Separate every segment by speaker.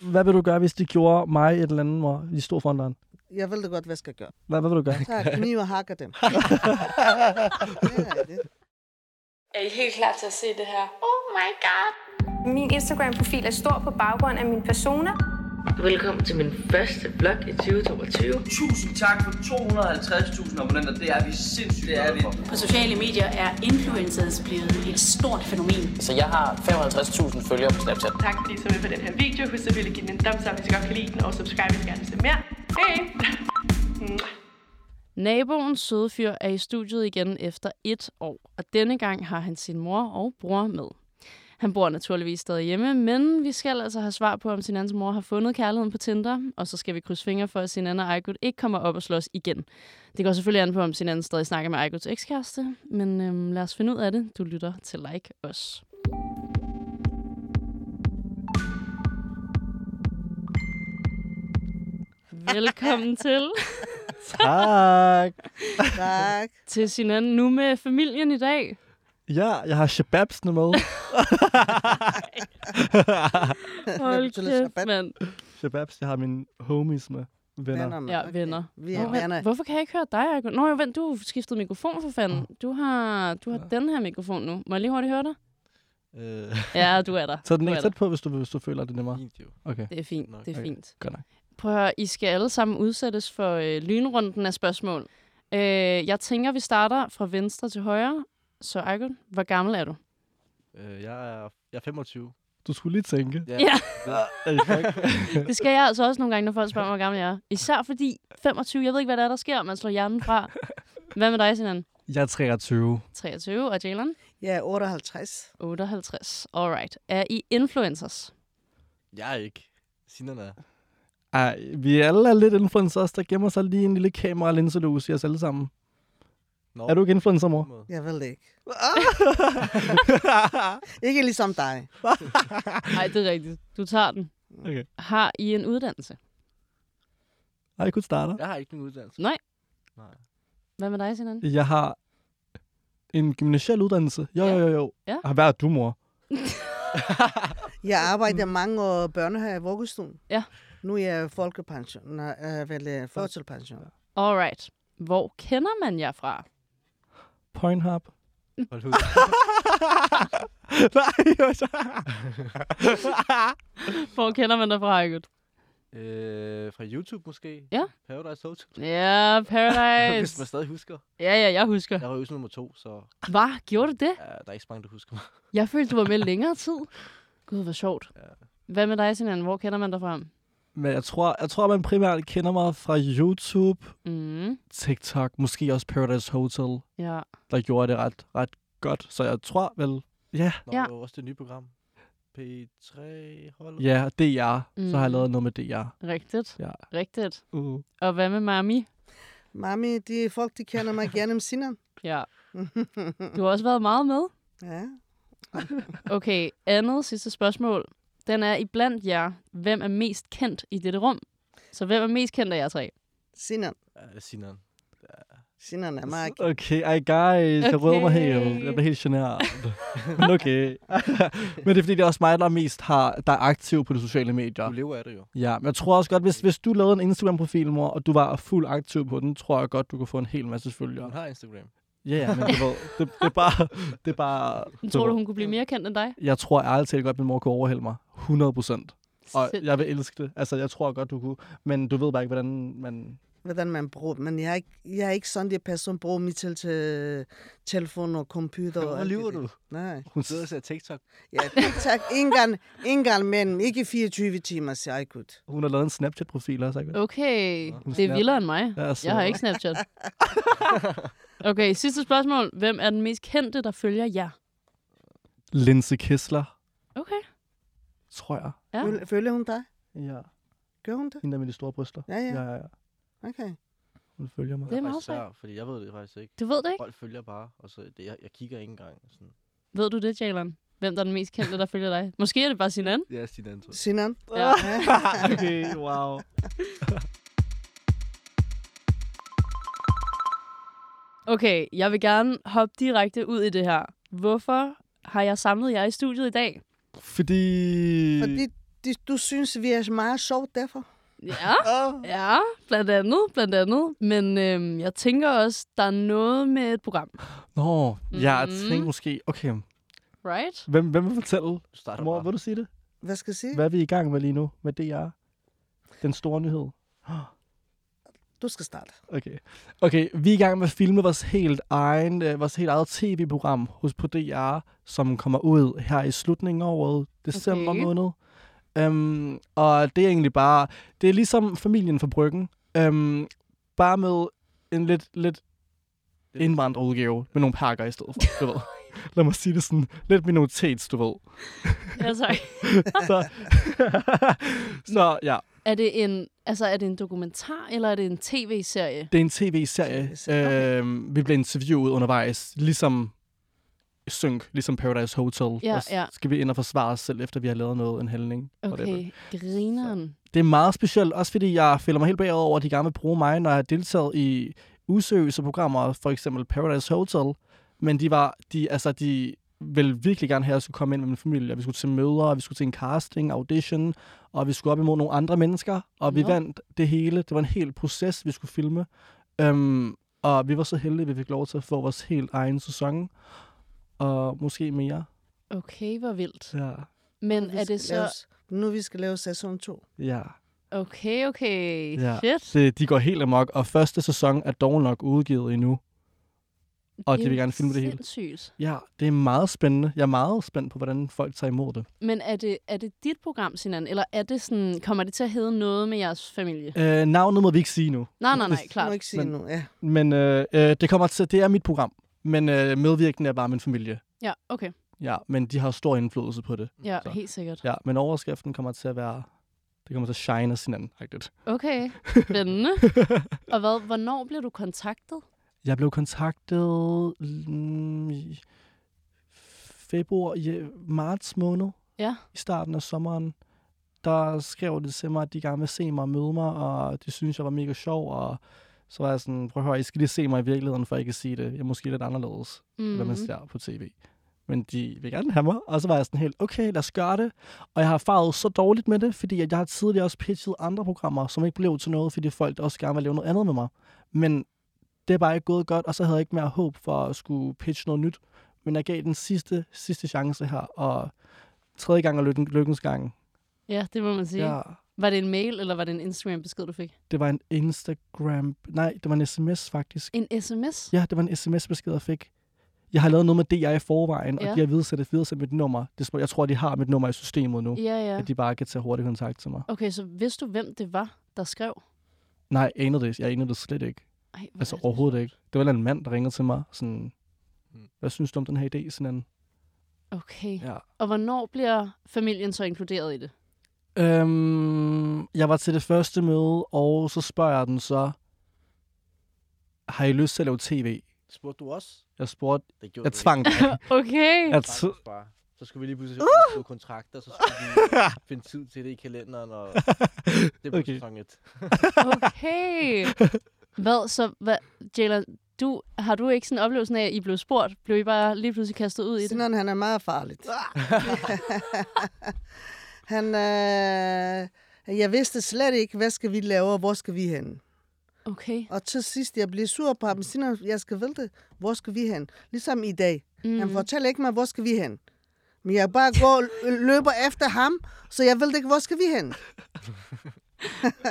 Speaker 1: Hvad vil du gøre, hvis de gjorde mig et eller andet, hvor de stod foran dig?
Speaker 2: Jeg ved da godt, hvad jeg skal gøre.
Speaker 1: Hvad, hvad vil du gøre?
Speaker 2: Så jeg kniv og hakker dem. det er rigtigt.
Speaker 3: Er I helt klar til at se det her?
Speaker 4: Oh my god.
Speaker 5: Min Instagram-profil er stor på baggrund af mine personer.
Speaker 6: Velkommen til min første vlog i 2022.
Speaker 7: Tusind tak for 250.000 abonnenter. Det er vi sindssygt det er vi.
Speaker 8: På sociale medier er influencers blevet et stort fænomen.
Speaker 9: Så jeg har 55.000 følgere på Snapchat.
Speaker 10: Tak fordi I så med på den her video. Husk selvfølgelig at give den en thumbs up, hvis I godt kan lide den, og subscribe, hvis I gerne vil se mere. Hej!
Speaker 11: Naboens søde fyr er i studiet igen efter et år, og denne gang har han sin mor og bror med. Han bor naturligvis stadig hjemme, men vi skal altså have svar på, om Sinans mor har fundet kærligheden på Tinder, og så skal vi krydse fingre for, at Sinan og Aykut ikke kommer op og slås igen. Det går selvfølgelig an på, om Sinan stadig snakker med Aykuts ekskæreste, men øhm, lad os finde ud af det. Du lytter til Like Os. Velkommen til.
Speaker 1: tak.
Speaker 2: Tak.
Speaker 11: til Sinan, nu med familien i dag.
Speaker 1: Ja, jeg har shababsene med.
Speaker 11: Hold
Speaker 2: Til
Speaker 11: kæft,
Speaker 2: Shabbat.
Speaker 11: mand.
Speaker 1: Shababs, jeg har mine homies med. Venner.
Speaker 2: Venner, mand.
Speaker 11: Ja, venner.
Speaker 2: Vi er
Speaker 11: Nå,
Speaker 2: venner.
Speaker 11: Hvorfor kan jeg ikke høre dig, Jacob? Nå, jo, vent, du har skiftet mikrofon for fanden. Du har, du har den her mikrofon nu. Må jeg lige hurtigt høre dig?
Speaker 9: Øh,
Speaker 11: Ja, du er der.
Speaker 1: Så den
Speaker 11: Du
Speaker 1: ikke
Speaker 11: er der.
Speaker 1: tæt på, hvis du, hvis du føler, det er nemmere.
Speaker 9: fint jo.
Speaker 1: Okay,
Speaker 11: Det er fint, det er
Speaker 1: Okay.
Speaker 11: fint.
Speaker 1: godt nok.
Speaker 11: Prøv at høre, I skal alle sammen udsættes for øh, lynrunden af spørgsmål. Øh, jeg tænker, vi starter fra venstre til højre. Så Aykut, hvor gammel er du?
Speaker 9: Øh, jeg, er, jeg er 25.
Speaker 1: Du skulle lige tænke.
Speaker 9: Ja.
Speaker 11: Ja.
Speaker 1: Er I fuck?
Speaker 11: Det skal jeg altså også nogle gange, når folk spørger mig, hvor gammel jeg er. Især fordi 25, jeg ved ikke, hvad der er, der sker, man slår hjernen fra. Hvad med dig, Sinan?
Speaker 1: jeg er 23.
Speaker 11: 23, og Jalen?
Speaker 2: Jeg er 58.
Speaker 11: 58. Alright. Er I influencers?
Speaker 9: Jeg er ikke. Sinan er.
Speaker 1: Ej, vi alle er lidt influencers. Der gemmer sig lige en lille kameralinselås i os alle sammen.
Speaker 9: Nå,
Speaker 1: Er du ikke influencer,
Speaker 9: på
Speaker 1: mor?
Speaker 9: den måde.
Speaker 2: Jeg ved det ikke. ikke ligesom dig.
Speaker 11: Nej, det er rigtigt. Du tager den.
Speaker 1: Okay.
Speaker 11: Har I en uddannelse?
Speaker 1: Ej, jeg kunne starte.
Speaker 9: Jeg har ikke nogen uddannelse.
Speaker 11: Nej.
Speaker 9: Nej.
Speaker 11: Hvad med dig, Sinan?
Speaker 1: Jeg har en gymnasial uddannelse. Jo,
Speaker 11: Ja.
Speaker 1: jo, jo, jo.
Speaker 11: Ja.
Speaker 1: Har været du, mor.
Speaker 2: Jeg arbejder mange år i børnehave og vuggestuen.
Speaker 11: Ja.
Speaker 2: Nu er jeg folkepension. Nej, øh, vel, øh, førtilpension.
Speaker 11: Alright. Hvor kender man jer fra?
Speaker 1: Pornhub.
Speaker 9: Hold ud.
Speaker 1: Nej, jo, så...
Speaker 11: Hvor kender man dig fra, Aykut?
Speaker 9: øh, fra YouTube måske?
Speaker 11: Ja.
Speaker 9: Paradise Hotel.
Speaker 11: Ja,
Speaker 9: Hvis man
Speaker 11: Paradise.
Speaker 9: stadig husker.
Speaker 11: Ja, ja, jeg husker.
Speaker 9: Jeg var øvelse nummer to, så
Speaker 11: Hvad? Gjorde du det?
Speaker 9: ja, der er ikke så mange, der husker mig.
Speaker 11: Jeg følte, du var med længere tid. Gud, hvor sjovt.
Speaker 9: Ja.
Speaker 11: Hvad med dig, Sinan? Hvor kender man dig fra?
Speaker 1: Men jeg tror, jeg tror, man primært kender mig fra YouTube,
Speaker 11: Mm,
Speaker 1: TikTok, måske også Paradise Hotel,
Speaker 11: ja.
Speaker 1: der gjorde det ret, ret godt. Så jeg tror vel, ja,
Speaker 9: Nå,
Speaker 11: Ja.
Speaker 9: det var også det nye program. P3 holdet.
Speaker 1: ja, DR. Mm. Så har jeg
Speaker 11: Mm.
Speaker 1: lavet noget med DR.
Speaker 11: Rigtigt.
Speaker 1: Ja.
Speaker 11: Rigtigt.
Speaker 1: Uh.
Speaker 11: Og hvad med Mami?
Speaker 2: Mami, de folk, de kender mig gennem Sinan.
Speaker 11: Ja. Du har også været meget med.
Speaker 2: Ja.
Speaker 11: Okay, andet sidste spørgsmål. Den er iblandt jer. Hvem er mest kendt i dette rum? Så hvem er mest kendt af jer tre?
Speaker 2: Sinan.
Speaker 9: Ja, Sinan.
Speaker 2: Sinan er meget
Speaker 1: Okay, ej guys, okay. jeg rød mig helt.
Speaker 11: Okay.
Speaker 1: Jeg bliver helt generet. Men okay. men det er fordi, det er også mig, der mest har, der er aktiv på de sociale medier.
Speaker 9: Du lever af det jo.
Speaker 1: Ja, men jeg tror også godt, hvis, hvis du lavede en Instagram-profil, mor, og du var fuld aktiv på den, tror jeg godt, du kunne få en hel masse
Speaker 9: Hun
Speaker 1: følgere.
Speaker 9: har Instagram.
Speaker 1: Ja, ja, men du ved, det, det er bare... Det er bare
Speaker 11: Tror du, hun kunne blive mere kendt end dig?
Speaker 1: Jeg tror ærligt talt godt, min mor kunne overhælde mig. 100 procent. Og
Speaker 11: Sind-
Speaker 1: jeg vil elske det. Altså, jeg tror godt, du kunne. Men du ved bare ikke, hvordan man...
Speaker 2: hvordan man bruger dem. Men jeg er ikke, jeg er ikke sådan, at person bruger mit til, til telefon og computer. og
Speaker 9: Hvor
Speaker 2: alt det
Speaker 9: lever
Speaker 2: der.
Speaker 9: du?
Speaker 2: Nej.
Speaker 1: Hun
Speaker 9: Du sidder og ser TikTok.
Speaker 2: Ja, tak. Ingen gang, ingen gang mellem. Ikke 24 timer, siger jeg godt.
Speaker 1: Hun har lavet en Snapchat-profil også, ikke?
Speaker 11: Okay,
Speaker 9: Nå.
Speaker 11: det er vildere end mig.
Speaker 1: Ja, så-
Speaker 11: Øh, Jeg har ikke Snapchat. Okay, sidste spørgsmål. Hvem er den mest kendte, der følger jer?
Speaker 1: Linse Kessler,
Speaker 11: Okay.
Speaker 1: tror jeg.
Speaker 11: Ja.
Speaker 2: Føl- Følger hun dig?
Speaker 1: Ja.
Speaker 2: Gør hun det?
Speaker 1: Hende der med de store bryster.
Speaker 2: Ja, ja.
Speaker 1: Ja, ja, ja.
Speaker 2: Okay.
Speaker 1: Hun følger mig.
Speaker 11: Det er meget
Speaker 9: faktisk
Speaker 11: sejt.
Speaker 9: svært, fordi jeg ved det faktisk ikke.
Speaker 11: Du ved det ikke?
Speaker 9: Folk følger bare, og så det, jeg, jeg kigger ikke engang. Sådan.
Speaker 11: Ved du det, Jalen? Hvem der er den mest kendte, der følger dig? Måske er det bare sin anden.
Speaker 9: Det er Sinan, tror jeg.
Speaker 2: Sinan?
Speaker 11: Ja.
Speaker 1: okay, wow.
Speaker 11: Okay, jeg vil gerne hoppe direkte ud i det her. Hvorfor har jeg samlet jer i studiet i dag?
Speaker 1: Fordi...
Speaker 2: Fordi de, du synes, vi er meget sjovt derfor.
Speaker 11: Ja, ja, blandt andet, blandt andet. Men øhm, jeg tænker også, der er noget med et program,
Speaker 1: Nå, mm-hmm. jeg
Speaker 11: Mhm.
Speaker 1: tænkte måske, okay,
Speaker 11: right?
Speaker 1: hvem, hvem vil fortælle?
Speaker 9: Du starter
Speaker 1: Mor,
Speaker 9: bare.
Speaker 1: vil du sige det?
Speaker 2: Hvad skal jeg sige?
Speaker 1: Hvad er vi i gang med lige nu med DR? Den store nyhed.
Speaker 2: Du skal starte.
Speaker 1: Okay. okay, vi er i gang med at filme vores helt, egen, øh, vores helt eget tv-program hos på DR, som kommer ud her i slutningen af året, december
Speaker 11: Okay.
Speaker 1: okay. måned. Um, og det er egentlig bare, det er ligesom familien fra Bryggen, um, bare med en lidt, lidt indvandrerudgave med nogle pakker i stedet for, du ved. Lad mig sige det sådan, lidt minoritets, du ved.
Speaker 11: Ja, tak.
Speaker 1: Så, så ja,
Speaker 11: Er det en, altså, er det en dokumentar, eller er det en tv-serie?
Speaker 1: Det er en tv-serie.
Speaker 2: TV-serie,
Speaker 1: Øhm, vi bliver interviewet undervejs, ligesom Synk, ligesom Paradise Hotel.
Speaker 11: Ja,
Speaker 1: og
Speaker 11: ja.
Speaker 1: skal vi ind og forsvare os selv, efter vi har lavet noget, en handling. whatever.
Speaker 11: Okay, grineren.
Speaker 1: Det er meget specielt, også fordi jeg føler mig helt bagover over, at de gerne vil bruge mig, når jeg har deltaget i useriøse programmer, for eksempel Paradise Hotel. Men de var, de, altså de ville virkelig gerne have, at jeg skulle komme ind med min familie, og vi skulle til møder, og vi skulle til en casting, audition, og vi skulle op imod nogle andre mennesker, og vi
Speaker 11: Nå.
Speaker 1: vandt det hele. Det var en hel proces, vi skulle filme. Øhm, og vi var så heldige, at vi fik lov til at få vores helt egen sæson, og måske mere.
Speaker 11: Okay, hvor vildt.
Speaker 1: Ja.
Speaker 11: Men er
Speaker 2: Vi
Speaker 11: det
Speaker 2: skal lave
Speaker 11: så...
Speaker 2: s- Nu vi skal lave sæson 2.
Speaker 1: ja.
Speaker 11: Okay, okay.
Speaker 1: Ja.
Speaker 11: Shit.
Speaker 1: Det, de går helt amok, og første sæson er dog nok udgivet endnu. Og de
Speaker 11: jo
Speaker 1: vil gerne filme det hele.
Speaker 11: Sindssygt.
Speaker 1: Ja, det er meget spændende. Jeg er meget spændt på, hvordan folk tager imod det.
Speaker 11: Men er det, er det dit program, Sinan? Eller er det sådan, kommer det til at hedde noget med jeres familie?
Speaker 1: Øh, navnet må vi ikke sige nu,
Speaker 11: Nej, nej, nej,
Speaker 2: Må
Speaker 11: klart.
Speaker 2: ikke sige
Speaker 1: Men-
Speaker 2: nu. Ja.
Speaker 1: men øh, øh, det, kommer til, det er mit program. Men øh, medvirkende er bare min familie.
Speaker 11: Ja, okay.
Speaker 1: Ja, men de har stor indflydelse på det.
Speaker 11: Ja,
Speaker 1: Så.
Speaker 11: helt sikkert.
Speaker 1: Ja, men overskriften kommer til at være... Det kommer til at shine af sin anden, rigtigt.
Speaker 11: Okay, spændende. Og hvad, hvornår blev du kontaktet?
Speaker 1: Jeg blev kontaktet mm, i februar, i øh, marts måned.
Speaker 11: Ja.
Speaker 1: I starten af sommeren, der skrev de til mig, at de gerne vil se mig og møde mig, og de synes, jeg var mega sjov, og så var jeg sådan, prøv at høre, I skal lige se mig i virkeligheden, for I kan sige det. Jeg er måske lidt anderledes, mm. hvad man
Speaker 11: Mhm.
Speaker 1: ser på tv. Men de vil gerne have mig, og så var jeg sådan helt, okay, lad os gøre det. Og jeg har erfaret så dårligt med det, fordi at jeg har tidligere også pitchet andre programmer, som ikke blev til noget, fordi folk også gerne vil lave noget andet med mig. Men det er bare ikke gået godt, og så havde jeg ikke mere håb for at skulle pitche noget nyt. Men jeg gav den sidste, sidste chance her, og tredje gang er lykken, lykkens gang.
Speaker 11: Ja, det må man sige.
Speaker 1: Ja,
Speaker 11: Var det en mail, eller var det en Instagram-besked, du fik?
Speaker 1: det var en Instagram... Nej, det var en sms faktisk.
Speaker 11: En sms?
Speaker 1: Ja, det var en sms-besked, jeg fik. Jeg har lavet noget med DR i forvejen, ja.
Speaker 11: Ja.
Speaker 1: og de har videresendt videresendt mit nummer. Det, tror- jeg tror, de har mit nummer i systemet nu. Ja.
Speaker 11: Ja, ja.
Speaker 1: At de bare kan tage hurtig kontakt til mig.
Speaker 11: Okay, så vidste du, hvem det var, der skrev?
Speaker 1: Nej, jeg anede det. Jeg anede det slet ikke.
Speaker 11: Ej, hvor
Speaker 1: Altså
Speaker 11: er det
Speaker 1: overhovedet
Speaker 11: sjovt.
Speaker 1: ikke. Det var en eller anden mand, der ringede til mig. Sådan,
Speaker 9: Mm.
Speaker 1: hvad synes du om den her idé? Sådan en,
Speaker 11: Okay.
Speaker 1: ja.
Speaker 11: Og hvornår bliver familien så inkluderet i det?
Speaker 1: Øhm, jeg var til det første møde, og så spørger jeg den så, har I lyst til at lave tv?
Speaker 9: Spurgte du også?
Speaker 1: Jeg spurgte,
Speaker 9: Det gjorde
Speaker 1: jeg
Speaker 9: du
Speaker 1: tvang dig.
Speaker 11: Okay.
Speaker 1: Jeg,
Speaker 9: ikke.
Speaker 1: t-
Speaker 9: Faktisk bare. Så skulle vi lige pludselig uh! skrive kontrakter, så skulle vi finde tid til det i kalenderen, og det blev
Speaker 1: Okay.
Speaker 9: okay. sæson et.
Speaker 11: Okay. Hvad så, hvad, Jalen, du, har du ikke sådan en oplevelse af, at I blev spurgt? Blev I bare lige pludselig kastet ud i det? Ah!
Speaker 2: Sinan, han er meget farlig. han, øh, jeg vidste slet ikke, hvad skal vi lave, og hvor skal vi hen.
Speaker 11: Okay.
Speaker 2: Og til sidst, jeg blev sur på ham. Sinan, jeg skal vælte. Hvor skal vi hen? Ligesom i dag. Mm. Han fortæller ikke mig, hvor skal vi hen. Men jeg bare går og lø- løber efter ham, så jeg ved ikke, hvor skal vi hen.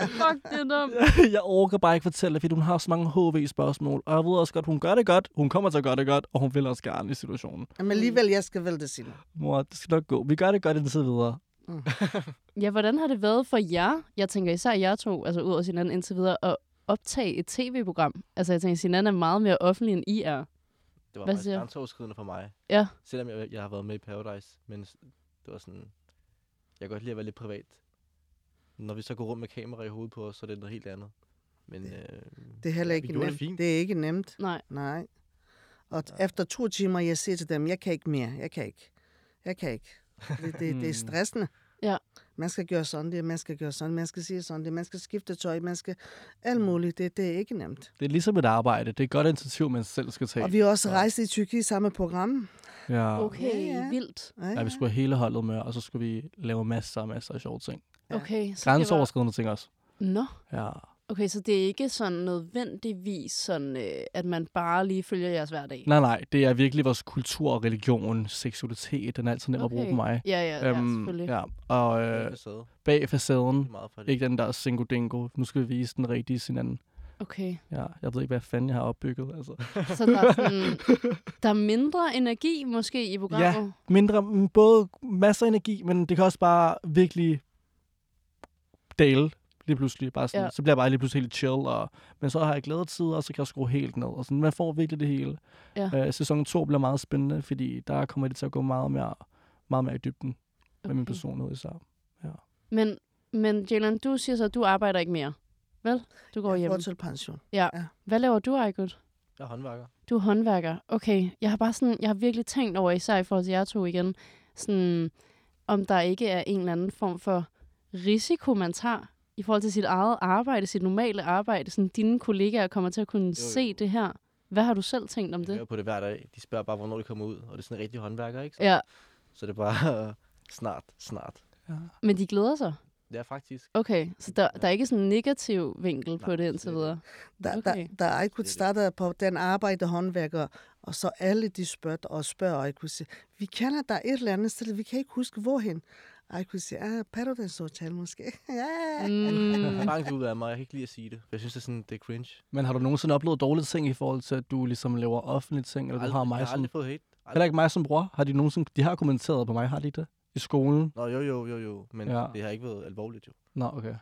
Speaker 11: Fuck, det er dumt.
Speaker 1: jeg orker bare ikke fortælle, fordi hun har så mange HV-spørgsmål. Og jeg ved også godt, hun gør det godt. Hun kommer til at gøre det godt, og hun vil også gerne i situationen.
Speaker 2: Men alligevel, jeg skal vælte, Sinan.
Speaker 1: Mor, det skal nok gå. Vi gør det godt indtil videre.
Speaker 11: Ja, hvordan har det været for jer? Jeg tænker især jer to, altså ud over hinanden indtil videre, at optage et tv-program. Altså jeg tænker, Sinan er meget mere offentlig end I er.
Speaker 9: Det var
Speaker 11: Hvad
Speaker 9: Hvad faktisk
Speaker 11: siger du?
Speaker 9: grænseoverskridende for mig.
Speaker 11: Ja.
Speaker 9: Selvom jeg, jeg har været med i Paradise, men s- det var sådan... Jeg kan godt lide at være lidt privat. Når vi så går rundt med kamera i hovedet på os, så er det noget helt andet. Men øh,
Speaker 2: Det er heller ikke
Speaker 9: vi gjorde
Speaker 2: nemt.
Speaker 9: det fint.
Speaker 2: Det er ikke nemt.
Speaker 11: Nej.
Speaker 2: Nej. Og ja. efter to timer, jeg
Speaker 9: Hmm.
Speaker 2: siger til dem, jeg kan ikke mere. Jeg kan ikke. Jeg kan ikke. Det, det, det er stressende.
Speaker 11: Ja.
Speaker 2: man skal gøre sådan det, man skal gøre sådan, man skal sige sådan det, man skal skifte tøj, man skal alt muligt. Det, det er ikke nemt.
Speaker 1: Det er ligesom et arbejde. Det er et godt initiativ, man selv skal tage.
Speaker 2: Og vi har også rejst i Tyrkiet i samme program.
Speaker 1: ja.
Speaker 11: Okay,
Speaker 2: Ja,
Speaker 11: ja,
Speaker 2: ja.
Speaker 11: ja. vildt.
Speaker 2: Ja,
Speaker 1: ja, vi skulle have hele holdet med, og så skulle vi lave masser og masser af sjove ting.
Speaker 11: Okay, så det var...
Speaker 1: Grænseoverskridende ting også.
Speaker 11: Nå,
Speaker 1: Ja.
Speaker 11: okay, så det er ikke sådan nødvendigvis sådan, øh, at man bare lige følger jeres hverdag?
Speaker 1: Nej, nej, det er virkelig vores kultur og religion, seksualitet, den er altid nem okay. at bruge på mig. Øhm,
Speaker 11: Ja, ja, ja selvfølgelig. Ja.
Speaker 1: ja. Og
Speaker 9: Øh,
Speaker 1: øh,
Speaker 9: facade.
Speaker 1: bag
Speaker 9: Det
Speaker 1: facaden,
Speaker 9: er meget for det.
Speaker 1: ikke den der singo dingo. Nu skal vi vise den rigtige sin anden.
Speaker 11: Okay,
Speaker 1: Ja, jeg ved ikke, hvad fanden jeg har opbygget. Altså.
Speaker 11: så der er, sådan, der er mindre energi måske i programmet? Ja.
Speaker 1: Mindre, mm, både masser af energi, men det kan også bare virkelig dale lige pludselig. Bare sådan,
Speaker 11: Ja.
Speaker 1: ja. Så bliver jeg bare lige pludselig helt chill, og, men så har jeg glædetider, og så kan jeg skrue helt ned. Og sådan, man får virkelig det hele.
Speaker 11: Ja.
Speaker 1: Øh, sæson 2 bliver meget spændende, fordi der kommer det til at gå meget mere, meget mere i dybden okay. med min
Speaker 11: Okay.
Speaker 1: personlighed især.
Speaker 11: Men, men Jalen, du siger så, at du arbejder ikke mere. Vel? Du går
Speaker 2: Jeg
Speaker 11: hjem.
Speaker 2: får til pension.
Speaker 11: Hvad laver du, Ejgud?
Speaker 9: Jeg er håndværker.
Speaker 11: Du er håndværker. Okay, jeg har bare sådan, jeg har virkelig tænkt over, især i forhold til jer to igen, sådan, om der ikke er en eller anden form for risiko, man tager i forhold til sit eget arbejde, sit normale arbejde. Sådan, dine kollegaer kommer til at kunne jo, jo. se det her. Hvad har du selv tænkt om
Speaker 9: Jeg hører
Speaker 11: det?
Speaker 9: på det hver dag. De spørger bare, hvornår det kommer ud. Og det er sådan en rigtig håndværker, ikke? Så,
Speaker 11: Ja,
Speaker 9: så det er bare snart, snart.
Speaker 11: men de glæder sig.
Speaker 9: Ja, faktisk.
Speaker 11: Okay, så der, der er ikke sådan en negativ vinkel Nej, på det indtil
Speaker 9: slet
Speaker 11: videre.
Speaker 2: Da,
Speaker 11: Okay.
Speaker 2: okay. da, da jeg kunne starte på den arbejde håndværker, og så alle de spørger og spørger, og jeg kunne sige, vi kender dig et eller andet sted, vi kan ikke huske hvorhen. Og jeg kunne sige, ah, Paradise Hotel måske. ja.
Speaker 9: Jeg
Speaker 11: Mm,
Speaker 9: er bange ud af mig. Jeg kan ikke lide at sige det. For Jeg synes, det er, sådan, det er cringe.
Speaker 1: Men har du nogensinde oplevet dårlige ting i forhold til, at du ligesom laver offentlige ting, eller du har
Speaker 9: jeg
Speaker 1: mig
Speaker 9: har
Speaker 1: som...
Speaker 9: aldrig fået hate.
Speaker 1: Heller ikke mig som bror. Har de nogensinde... De har kommenteret på mig, har de ikke det? I skolen?
Speaker 9: Nå, jo, jo, jo, jo. Men
Speaker 1: Ja.
Speaker 9: ja. det har ikke været alvorligt, jo.
Speaker 1: Nå, okay.
Speaker 9: Der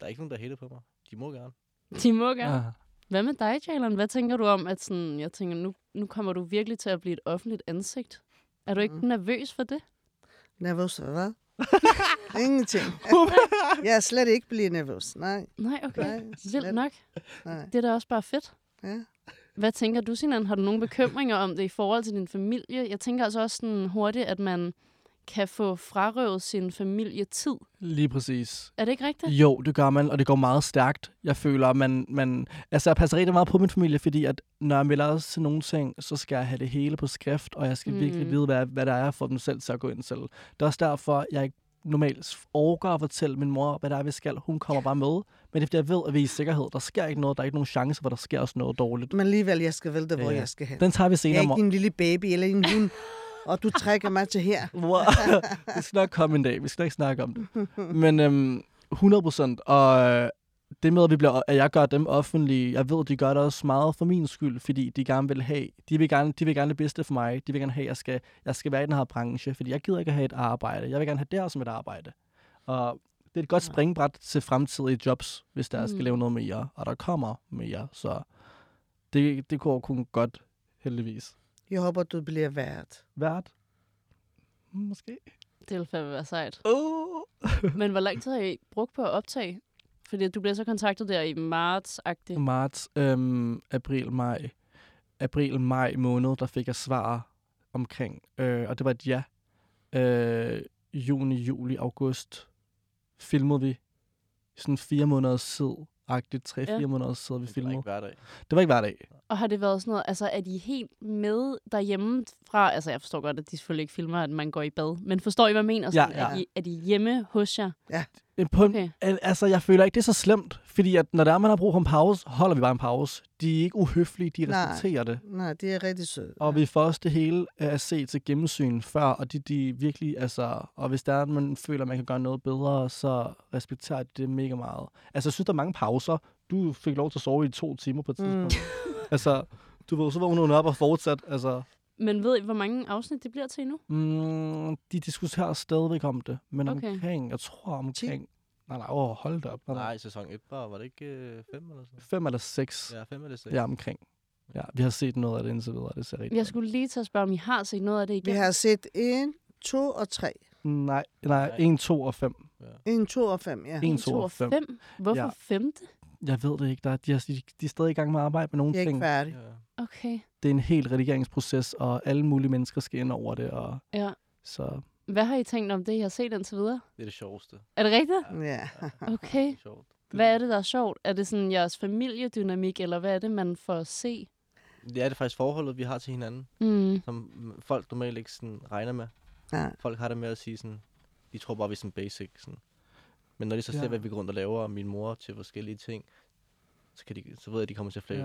Speaker 9: er ikke nogen, der hater på mig. De må gerne.
Speaker 11: de må gerne.
Speaker 1: Ja.
Speaker 11: Hvad med dig, Jalen? Hvad tænker du om, at sådan, jeg tænker, nu, nu kommer du virkelig til at blive et offentligt ansigt? Er du ikke mm. nervøs for det?
Speaker 2: Nervøs for hvad? Ingenting. jeg er slet ikke blevet nervøs. Nej,
Speaker 11: Nej, okay.
Speaker 2: Nej,
Speaker 11: Vildt
Speaker 2: slet-
Speaker 11: nok.
Speaker 2: nej.
Speaker 11: Det er da også bare fedt.
Speaker 2: Ja.
Speaker 11: Hvad tænker du, Sinan? Har du nogle bekymringer om det i forhold til din familie? Jeg tænker altså også sådan hurtigt, at man kan få frarøvet sin familie tid.
Speaker 1: Lige præcis.
Speaker 11: Er det ikke rigtigt?
Speaker 1: Jo, det gør man, og det går meget stærkt. Jeg føler, man, man... Altså, jeg passer rigtig meget på min familie, fordi at når jeg melder os til nogle ting, så skal jeg have det hele på skrift, og jeg skal mm. virkelig
Speaker 11: Mm.
Speaker 1: vide, hvad, hvad der er for dem selv til at gå ind selv. Det er også derfor, jeg ikke normalt overgår at fortælle min mor, hvad der er, vi skal. Hun kommer bare med. Men det er, fordi jeg ved, at vi er i sikkerhed. Der sker ikke noget. Der er ikke nogen chance, hvor der sker også noget dårligt.
Speaker 2: Men alligevel, jeg skal vælte, hvor
Speaker 1: Ja.
Speaker 2: ja. jeg skal hen.
Speaker 1: Den tager vi
Speaker 2: Jeg er
Speaker 1: senere, mor.
Speaker 2: ikke en lille baby eller en hund, og du trækker mig til her.
Speaker 1: Wow. det skal nok komme en dag. Vi skal ikke snakke om det. Men øhm, 100 procent. Og øh, det med, at, vi bliver, at jeg gør dem offentlige, jeg ved, de gør det også meget for min skyld, fordi de gerne vil have, de vil gerne, de vil gerne det bedste for mig. De vil gerne have, at jeg skal, jeg skal være i den her branche, fordi jeg gider ikke at have et arbejde. Jeg vil gerne have det her som et arbejde. Og det er et godt springbræt til fremtidige jobs, hvis der mm. skal lave noget med jer, og der kommer med jer. Så det, det går kun godt, heldigvis.
Speaker 2: Jeg håber, du bliver vært.
Speaker 1: Hvert? Måske.
Speaker 11: Det ville fandme være sejt.
Speaker 1: Oh.
Speaker 11: Men hvor lang tid har I brugt på at optage? Fordi du bliver så kontaktet der i
Speaker 1: Mm.
Speaker 11: marts-agtigt.
Speaker 1: Marts, øhm, april, maj. April, maj måned, der fik jeg svar omkring, øh, og det var et ja. Øh, juni, juli, august filmede vi i sådan fire måneder tid, agtigt tre,
Speaker 11: Ja.
Speaker 1: fire måneder siden vi
Speaker 9: Men det er
Speaker 1: filmede.
Speaker 9: ikke hver dag.
Speaker 1: Det var ikke hver dag.
Speaker 11: Og har det været sådan noget, altså er de helt med derhjemme fra, altså jeg forstår godt, at de selvfølgelig ikke filmer, at man går i bad, men forstår I, hvad jeg mener?
Speaker 1: Ja,
Speaker 11: Sådan, Er,
Speaker 1: ja.
Speaker 11: de, er de hjemme hos jer?
Speaker 1: Øh, På en,
Speaker 11: Okay.
Speaker 1: al- Altså, jeg føler ikke, det er så slemt, fordi at når der er, man har brug for en pause, holder vi bare en pause. De er ikke uhøflige, de
Speaker 2: Nej.
Speaker 1: respekterer det.
Speaker 2: Nej, det er rigtig sødt.
Speaker 1: Og vi får også det hele øh, at se til gennemsyn før, og de, de virkelig, altså, og hvis der er, at man føler, at man kan gøre noget bedre, så respekterer de det mega meget. Altså, jeg synes, der er mange pauser. Du fik lov til at sove i to timer på et tidspunkt. Mm. altså, du ved, så vågnede hun op og fortsat. Altså,
Speaker 11: Men ved I, hvor mange afsnit det bliver til nu?
Speaker 1: mm, de diskuterer stadigvæk om det, men
Speaker 11: Okay.
Speaker 1: okay. omkring, jeg tror omkring, nej, nej, åh, hold da op. Nej, nej.
Speaker 9: Nej, sæson 1 var, var det ikke 5 eller sådan?
Speaker 1: Fem eller seks, ja,
Speaker 9: Ja, 5 eller 6.
Speaker 1: ja omkring. Ja, vi har set noget af det indtil videre, det ser rigtigt.
Speaker 11: Jeg skulle lige til at spørge, om I har set noget af det
Speaker 2: Vi
Speaker 11: igen.
Speaker 2: har set en, to og tre.
Speaker 1: Nej, nej,
Speaker 9: Nej.
Speaker 1: en, to og fem.
Speaker 2: En, to og fem, ja.
Speaker 1: En, to og fem.
Speaker 11: Hvorfor
Speaker 1: Ja.
Speaker 11: femte?
Speaker 1: Jeg ved det ikke. Der, er- de, er, de, de er stadig i gang med at arbejde med nogle
Speaker 2: Jeg er
Speaker 1: ting.
Speaker 2: ikke færdig.
Speaker 9: Ja.
Speaker 11: Okay.
Speaker 1: Det er en helt redigeringsproces, og alle mulige mennesker skal ind over det. Og
Speaker 11: Ja.
Speaker 1: så
Speaker 11: Hvad har I tænkt om det, I har set indtil videre?
Speaker 9: Det er det sjoveste.
Speaker 11: Er det rigtigt?
Speaker 2: Ja.
Speaker 11: Okay.
Speaker 9: Det er sjovt.
Speaker 11: Hvad er det, der er sjovt? Er det sådan jeres familiedynamik, eller hvad er det, man får at se?
Speaker 9: Det er det faktisk forholdet, vi har til hinanden,
Speaker 11: Mm.
Speaker 9: som mm, folk normalt ikke sådan regner med.
Speaker 2: Nej.
Speaker 9: Folk har det med at sige sådan, de tror bare, vi er sådan basic. Sådan. Men når de så
Speaker 1: Ja.
Speaker 9: ser, hvad vi går rundt og laver, og min mor til forskellige ting, så, kan de, så ved jeg, at de kommer til at flække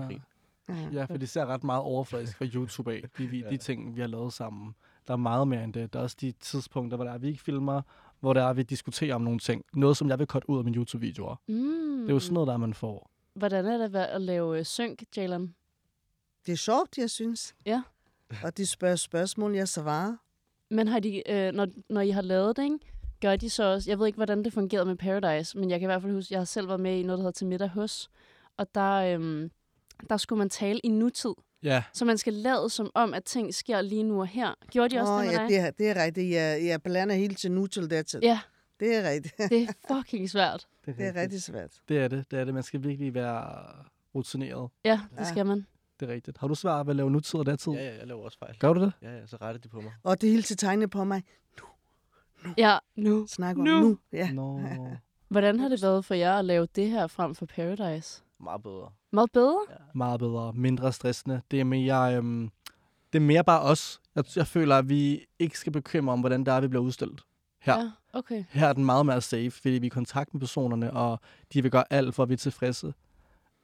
Speaker 1: Ja.
Speaker 9: ja.
Speaker 1: Ja, for det ser ret meget overfladisk fra YouTube af, de, vi, de
Speaker 9: Ja.
Speaker 1: ting, vi har lavet sammen. Der er meget mere end det. Der er også de tidspunkter, hvor der er, vi ikke filmer, hvor der er, vi diskuterer om nogle ting. Noget, som jeg vil cutte ud af mine YouTube-videoer.
Speaker 11: Mm.
Speaker 1: Det er jo sådan noget, der er, man får.
Speaker 11: Hvordan er det at være- at lave øh, synk, Jalen?
Speaker 2: Det er sjovt, jeg synes.
Speaker 11: Ja.
Speaker 2: Og de spørger spørgsmål, jeg svarer.
Speaker 11: Men har de, øh, når, når I har lavet det, ikke, gør de så også... Jeg ved ikke, hvordan det fungerede med Paradise, men jeg kan i hvert fald huske, jeg har selv været med i noget, der hedder Til middag hos. Og der, øh, der skulle man tale i nutid.
Speaker 1: Ja,
Speaker 11: Så man skal lade som om, at ting sker lige nu og her. Gjorde de også
Speaker 2: Åh,
Speaker 11: det med
Speaker 2: ja,
Speaker 11: dig?
Speaker 2: det, er, det er rigtigt. Jeg, jeg blander hele til nu til det til.
Speaker 11: Ja,
Speaker 2: Det er rigtigt.
Speaker 11: det er fucking svært.
Speaker 1: det
Speaker 2: Det er rigtig svært.
Speaker 1: Det er det, det er det. Man skal virkelig være rutineret.
Speaker 11: Ja,
Speaker 2: Ja.
Speaker 11: det skal man.
Speaker 1: Det er rigtigt. Har du svært ved at lave nutid og datid?
Speaker 9: Ja, ja, jeg laver også fejl.
Speaker 1: Gør du det?
Speaker 9: Ja, ja, så retter de på mig.
Speaker 2: Og det hele til tegne på mig.
Speaker 11: Ja, nu.
Speaker 2: Snak om
Speaker 11: Nu.
Speaker 2: nu. nu. Ja.
Speaker 1: Nå.
Speaker 11: Hvordan har det været for jer at lave det her frem for Paradise?
Speaker 9: Meget bedre.
Speaker 11: Meget bedre?
Speaker 1: Meget bedre. Mindre stressende. Det er mere, øhm, det er mere bare os. Jeg, jeg føler, at vi ikke skal bekymre om, hvordan der er, vi bliver udstillet. Ja.
Speaker 11: okay.
Speaker 1: Her er den meget mere safe, fordi vi er i kontakt med personerne, og de vil gøre alt for, at vi er tilfredse.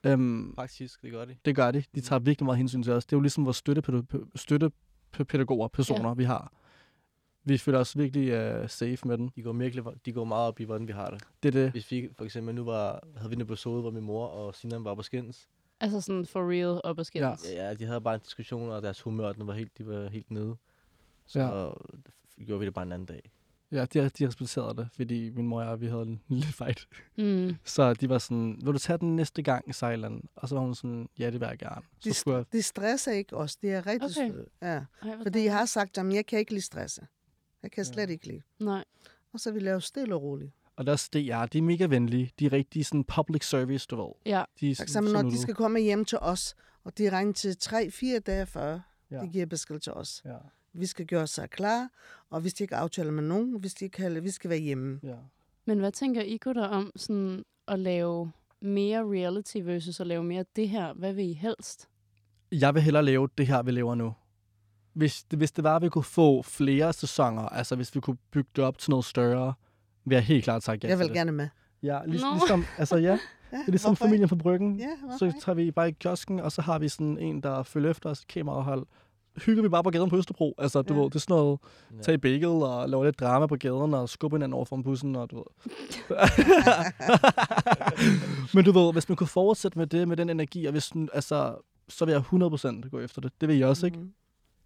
Speaker 1: Øhm,
Speaker 9: Faktisk, det gør de.
Speaker 1: det gør de. De tager virkelig meget hensyn til os. Det er jo ligesom vores støttepædagoger, støttepædagoger personer, vi har. Vi føler os virkelig øh, safe med den.
Speaker 9: De går, virkelig, de går meget op i, hvordan vi har det.
Speaker 1: Det er det.
Speaker 9: Hvis vi for eksempel nu var, havde vi en episode, hvor min mor og Sinan var på skins.
Speaker 11: Altså sådan for real op og skændes.
Speaker 1: Ja.
Speaker 9: Ja, ja, de havde bare en diskussion, og deres humør, den var helt, de var helt nede. Så
Speaker 1: Ja.
Speaker 9: ja. gjorde vi det bare en anden dag.
Speaker 1: Ja, de, de respekterede det, fordi min mor og jeg, vi havde en lille fight.
Speaker 11: Mm.
Speaker 1: Så de var sådan, vil du tage den næste gang, Sejland? Og så var hun sådan, ja, det vil jeg gerne. Så
Speaker 2: De,
Speaker 1: skulle jeg,
Speaker 2: de stresser ikke os. Det er rigtig
Speaker 11: Okay.
Speaker 2: sødt. Ja.
Speaker 11: Ej, hvor
Speaker 2: Fordi jeg har sagt, at jeg kan ikke lide stresse. Jeg kan slet ikke lide.
Speaker 11: Nej.
Speaker 2: Og så vi laver stille og roligt.
Speaker 1: og der er også DR, de er mega venlige. De er rigtig sådan public service, du ved.
Speaker 11: Ja.
Speaker 1: De er
Speaker 2: For
Speaker 1: sådan,
Speaker 2: eksempel, når
Speaker 1: sådan
Speaker 2: de
Speaker 1: ude.
Speaker 2: skal komme hjem til os, og de regner til 3-4 dage før,
Speaker 1: Ja.
Speaker 2: ja. de giver besked til os.
Speaker 1: Ja,
Speaker 2: Vi skal gøre sig klar, og hvis de ikke aftaler med nogen, hvis de ikke kalder, vi skal være hjemme.
Speaker 1: ja.
Speaker 11: Men hvad tænker I gutter om sådan at lave mere reality versus at lave mere det her? Hvad vil I helst?
Speaker 1: Jeg vil hellere lave det her, vi laver nu. Hvis det, hvis det var, at vi kunne få flere sæsoner, altså hvis vi kunne bygge det op til noget større, vil jeg helt klart takke ja
Speaker 2: jeg
Speaker 1: til
Speaker 2: vil
Speaker 1: det.
Speaker 2: gerne med.
Speaker 1: Ja, lig,
Speaker 11: Nå.
Speaker 1: ligesom, altså ja,
Speaker 2: Ja,
Speaker 1: det er ligesom
Speaker 2: hvorfor
Speaker 1: familien på bryggen.
Speaker 2: ikke? Ja, hvorfor
Speaker 1: Så
Speaker 2: ikke?
Speaker 1: tager vi bare i kiosken, og så har vi sådan en, der følger efter os, kamerahold. Hygger vi bare på gaden på Østerbro. Altså, du ja.
Speaker 2: Ja.
Speaker 1: ved, det er sådan noget,
Speaker 9: Ja.
Speaker 1: tag i bagel og lave lidt drama på gaden og skubbe hinanden over fra bussen, og du ved. Men du ved, hvis man kunne fortsætte med det, med den energi, og hvis, den- altså, så vil jeg 100% gå efter det. Det vil jeg også, ikke?
Speaker 2: Mhm.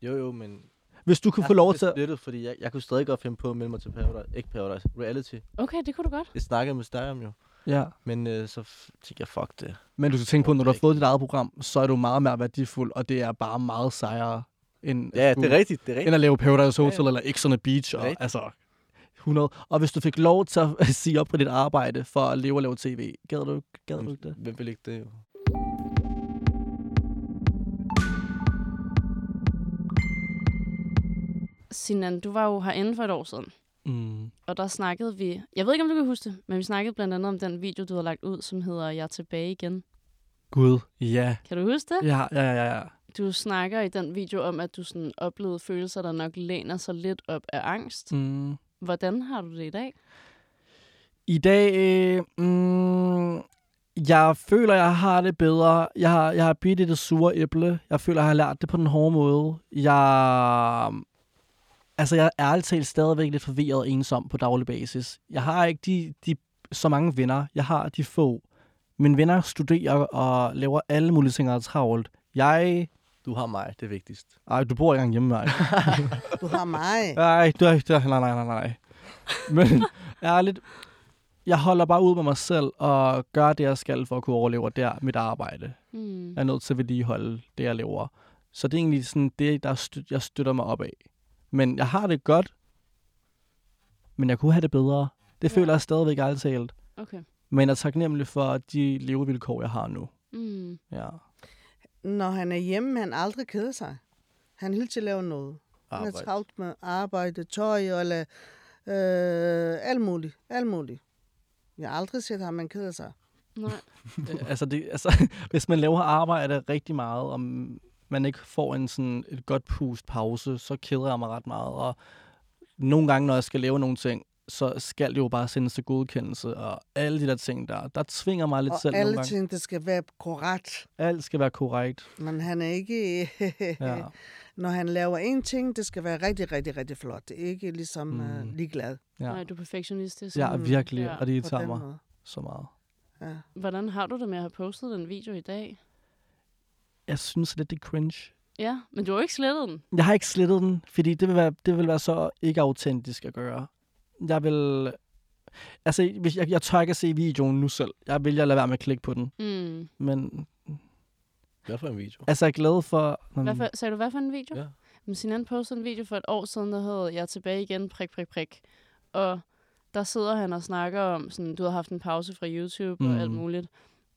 Speaker 9: Jo, jo, men...
Speaker 1: Hvis du kunne
Speaker 9: jeg
Speaker 1: få
Speaker 9: er
Speaker 1: lov
Speaker 9: lidt
Speaker 1: til at...
Speaker 9: Splittet, fordi jeg, jeg kunne stadig godt finde på at melde mig til Paradise. Ikke Paradise, Reality.
Speaker 11: Okay, det kunne du godt.
Speaker 9: Det snakkede jeg med dig om jo.
Speaker 1: Ja.
Speaker 9: Men øh, så f- tænkte jeg, fuck det.
Speaker 1: Men du skal tænke på, når du har fået dit eget program, så er du meget mere værdifuld, og det er bare meget sejere end... at
Speaker 9: Ja, det
Speaker 1: skulle-
Speaker 9: er rigtigt, det er rigtigt.
Speaker 1: end at lave Paradise Hotel ja. eller X on the Beach. Og,
Speaker 9: Rigtigt.
Speaker 1: altså, 100. Og hvis du fik lov til at sige op på dit arbejde for at leve og lave tv, gad du, ikke- gad du ikke det?
Speaker 9: Hvem vil ikke det jo?
Speaker 11: Sinan, du var jo herinde for et år siden,
Speaker 1: Mm.
Speaker 11: og der snakkede vi... Jeg ved ikke, om du kan huske det, men vi snakkede blandt andet om den video, du har lagt ud, som hedder Jeg er tilbage igen.
Speaker 1: Gud, ja.
Speaker 11: Kan du huske det?
Speaker 1: Ja, ja, ja, ja.
Speaker 11: Du snakker i den video om, at du sådan oplevede følelser, der nok læner sig lidt op af angst.
Speaker 1: Mm.
Speaker 11: Hvordan har du det i dag?
Speaker 1: I dag, øh, mm, jeg føler, jeg har det bedre. Jeg har, jeg har bidt i det sure æble. Jeg føler, jeg har lært det på den hårde måde. Jeg, altså, jeg er ærligt talt stadigvæk lidt forvirret og ensom på daglig basis. Jeg har ikke de, de, så mange venner. Jeg har de få. Mine venner studerer og laver alle mulige ting og er travlt. Jeg...
Speaker 9: Du har mig, det er vigtigst.
Speaker 1: Ej, du bor ikke engang hjemme med mig.
Speaker 2: Du har mig.
Speaker 1: Nej, du er ikke der. Nej, nej, nej, nej. Men ærligt, jeg holder bare ud med mig selv og gør det, jeg skal for at kunne overleve, og det er mit arbejde.
Speaker 11: Hmm.
Speaker 1: Jeg er nødt til at vedligeholde det, jeg lever. Så det er egentlig sådan det, der støt, jeg støtter mig op af. Men jeg har det godt, men jeg kunne have det bedre. Det føler jeg stadigvæk ærligt talt.
Speaker 11: Okay.
Speaker 1: Men jeg er taknemmelig for de levevilkår, jeg har nu.
Speaker 11: Mm.
Speaker 1: Ja.
Speaker 2: Når han er hjemme, han aldrig keder sig. Han hele tiden laver noget. Han har
Speaker 9: Arbejde.
Speaker 2: travlt med arbejde, tøj eller øh, alt muligt. Alt muligt. Jeg har aldrig set ham, man keder sig.
Speaker 11: Nej.
Speaker 1: altså, det, altså, hvis man laver arbejde rigtig meget, og man ikke får en sådan et godt pust pause, så keder jeg mig ret meget. Og nogle gange, når jeg skal lave nogle ting, så skal det jo bare sendes til godkendelse, og alle de der ting der, der tvinger mig lidt
Speaker 2: og
Speaker 1: selv nogle
Speaker 2: alle
Speaker 1: gange.
Speaker 2: ting, det skal være korrekt.
Speaker 1: Alt skal være korrekt.
Speaker 2: Men han er ikke...
Speaker 1: Ja.
Speaker 2: ja. Når han laver en ting, det skal være rigtig, rigtig, rigtig flot. Det er ikke ligesom mm. øh, ligeglad
Speaker 1: Ja.
Speaker 11: Nej, du er perfektionistisk.
Speaker 1: Ja, virkelig,
Speaker 11: Ja,
Speaker 1: ja, og det
Speaker 2: på
Speaker 1: irriterer
Speaker 2: den
Speaker 1: mig
Speaker 2: måde.
Speaker 1: så meget.
Speaker 2: Ja.
Speaker 11: Hvordan har du det med at have postet den video i dag?
Speaker 1: Jeg synes lidt, det er cringe.
Speaker 11: Ja, men du har jo ikke slettet den.
Speaker 1: Jeg har ikke slettet den, fordi det vil være, det vil være så ikke autentisk at gøre. Jeg vil... Altså, hvis jeg, jeg tør ikke at se videoen nu selv. Jeg vil jeg lade være med at klikke på den.
Speaker 11: Mm.
Speaker 1: Men
Speaker 9: Hvad for en video?
Speaker 1: altså, jeg er glad for...
Speaker 11: Hvad for, sagde du, hvad for en video?
Speaker 9: Ja.
Speaker 11: Men Sinan postede en video for et år siden, der hed Jeg er tilbage igen, prik, prik, prik. Og der sidder han og snakker om, sådan, du har haft en pause fra YouTube mm. og alt
Speaker 1: Mhm.
Speaker 11: muligt.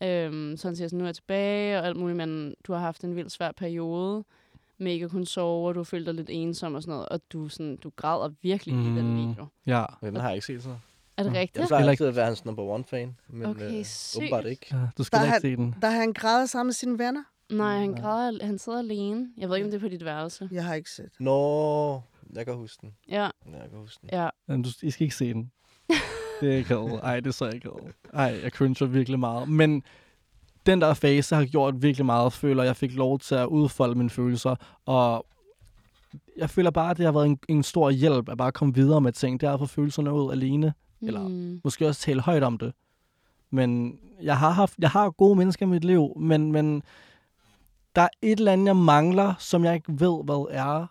Speaker 11: Øhm, så han siger sådan, nu er jeg tilbage og alt muligt, men du har haft en vildt svær periode med ikke at kunne sove, og du følte dig lidt ensom og sådan noget, og du, sådan, du græder virkelig mm. i den
Speaker 1: Mhm.
Speaker 11: video.
Speaker 1: Ja.
Speaker 9: Okay, den har jeg ikke set så.
Speaker 11: Er det rigtigt?
Speaker 9: Jeg plejer
Speaker 1: Heller
Speaker 9: altid at være hans number one fan, men
Speaker 11: Okay,
Speaker 9: okay, øh,
Speaker 11: sygt.
Speaker 9: åbenbart ikke.
Speaker 1: ja du
Speaker 2: Der
Speaker 1: skal
Speaker 2: er
Speaker 1: da ikke se den.
Speaker 2: Der har han grædet sammen med sine venner.
Speaker 11: Nej, han, græder, al- han sidder alene. Jeg ved ikke, om det er på dit værelse.
Speaker 2: Jeg har ikke set.
Speaker 9: Nå, jeg kan huske den.
Speaker 11: Ja,
Speaker 9: Ja, Jeg kan huske den.
Speaker 11: ja.
Speaker 1: Jamen, du, I skal ikke se den. Det er ikke havde. Ej, det er så ikke havde. Ej, jeg cringer virkelig meget. Men den der fase har gjort virkelig meget, føler jeg fik lov til at udfolde mine følelser. Og jeg føler bare, at det har været en, en stor hjælp at bare komme videre med ting. Det er at få følelserne ud alene. Eller-
Speaker 11: Mm.
Speaker 1: Måske også tale højt om det. Men jeg har, haft, jeg har gode mennesker i mit liv, men, men der er et eller andet, jeg mangler, som jeg ikke ved, hvad er.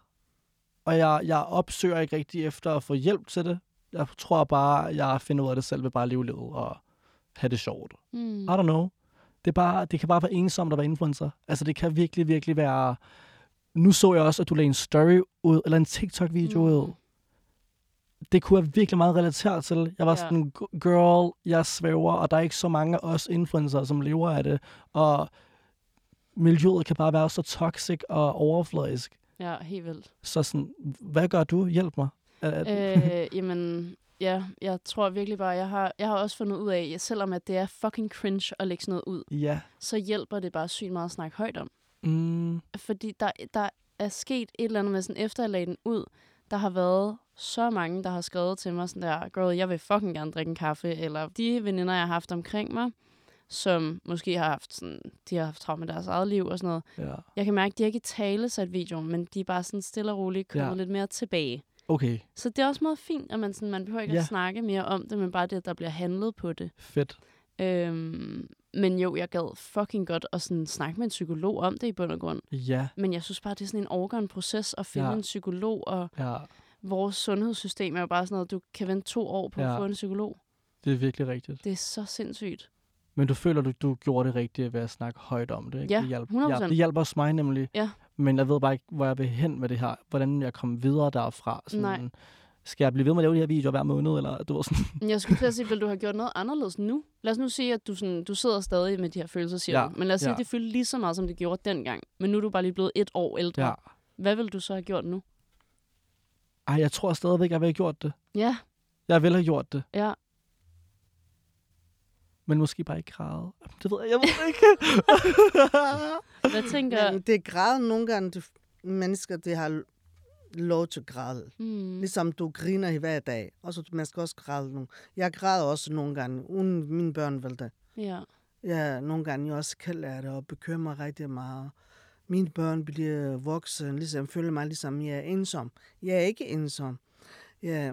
Speaker 1: Og jeg, jeg opsøger ikke rigtig efter at få hjælp til det. Jeg tror bare, jeg finder ud af det selv ved bare at leve livet og have det sjovt.
Speaker 11: Mm.
Speaker 1: I don't know. Det, er bare, det kan bare være ensomt at være influencer. Altså, det kan virkelig, virkelig være... Nu så jeg også, at du lagde en story ud, eller en TikTok-video mm. ud.
Speaker 11: Mm.
Speaker 1: Det kunne jeg virkelig meget relatere til. Jeg var
Speaker 11: Ja.
Speaker 1: ja. sådan, "G- girl, jeg svæver, og der er ikke så mange af os influencer, som lever af det. Og miljøet kan bare være så toxic og overfladisk.
Speaker 11: Ja, helt vildt.
Speaker 1: Så sådan, hvad gør du? Hjælp mig. Øh,
Speaker 11: Øh, jamen, ja, jeg tror virkelig bare, jeg har, jeg har også fundet ud af, at selvom at det er fucking cringe at lægge sådan noget ud,
Speaker 1: ja.
Speaker 11: så hjælper det bare sygt meget at snakke højt om.
Speaker 1: Mm,
Speaker 11: Fordi der, der er sket et eller andet med sådan, efter jeg lagde den ud, der har været så mange, der har skrevet til mig sådan der, girl, jeg vil fucking gerne drikke en kaffe, eller de veninder, jeg har haft omkring mig, som måske har haft sådan, de har haft travlt med deres eget liv og sådan noget.
Speaker 1: ja.
Speaker 11: Jeg kan mærke, at de har ikke tale sat videoen, men de er bare sådan stille og roligt kommet ja.
Speaker 1: Ja.
Speaker 11: lidt mere tilbage.
Speaker 1: Okay,
Speaker 11: Så det er også meget fint, at man, sådan, man behøver ikke ja.
Speaker 1: Ja.
Speaker 11: at snakke mere om det, men bare det, at der bliver handlet på det.
Speaker 1: fedt.
Speaker 11: Øhm, men jo, jeg gad fucking godt at sådan, snakke med en psykolog om det i bund og grund.
Speaker 1: Ja,
Speaker 11: Men jeg synes bare, det er sådan en overgørende proces at finde ja.
Speaker 1: Ja.
Speaker 11: en psykolog, og
Speaker 1: ja.
Speaker 11: vores sundhedssystem er jo bare sådan noget, du kan vente to år på ja. at
Speaker 1: Ja.
Speaker 11: få en psykolog.
Speaker 1: Det er virkelig rigtigt.
Speaker 11: Det er så sindssygt.
Speaker 1: Men du føler, du, du gjorde det rigtige ved at snakke højt om det, ikke?
Speaker 11: Ja,
Speaker 1: det hjalp,
Speaker 11: 100%.
Speaker 1: Ja, det hjalp også mig nemlig.
Speaker 11: Ja.
Speaker 1: Men jeg ved bare ikke, hvor jeg vil hen med det her. Hvordan jeg kommer videre derfra. Sådan,
Speaker 11: Nej.
Speaker 1: Skal jeg blive ved med at lave de her videoer hver måned? Eller, du ved, sådan,
Speaker 11: Men jeg skulle til at sige, vil du have gjort noget anderledes nu? Lad os nu sige, at du, sådan, du sidder stadig med de her følelser, siger
Speaker 1: Ja,
Speaker 11: du. Men lad os sige,
Speaker 1: ja.
Speaker 11: at det fyldte lige så meget, som det gjorde dengang. Men nu er du bare lige blevet et år ældre.
Speaker 1: ja.
Speaker 11: Hvad vil du så have gjort nu?
Speaker 1: Ej, jeg tror stadigvæk, jeg vil have gjort det.
Speaker 11: Ja,
Speaker 1: Jeg vil have gjort det.
Speaker 11: ja.
Speaker 1: Men måske bare ikke græde. Det ved jeg, jeg ved ikke.
Speaker 11: Hvad
Speaker 2: Ja.
Speaker 11: tænker...
Speaker 2: Men det er græde nogle gange, de f- mennesker, de har lov til at græde.
Speaker 11: Mm.
Speaker 2: Ligesom du griner i hver dag. Og så man skal også græde nu. Jeg græder også nogle gange, uden mine børn vil det.
Speaker 11: Ja.
Speaker 2: Ja, nogle gange jeg også kan lære det, og bekymrer mig rigtig meget. Mine børn bliver voksne, ligesom føler mig ligesom, jeg er ensom. Jeg er ikke ensom. Ja,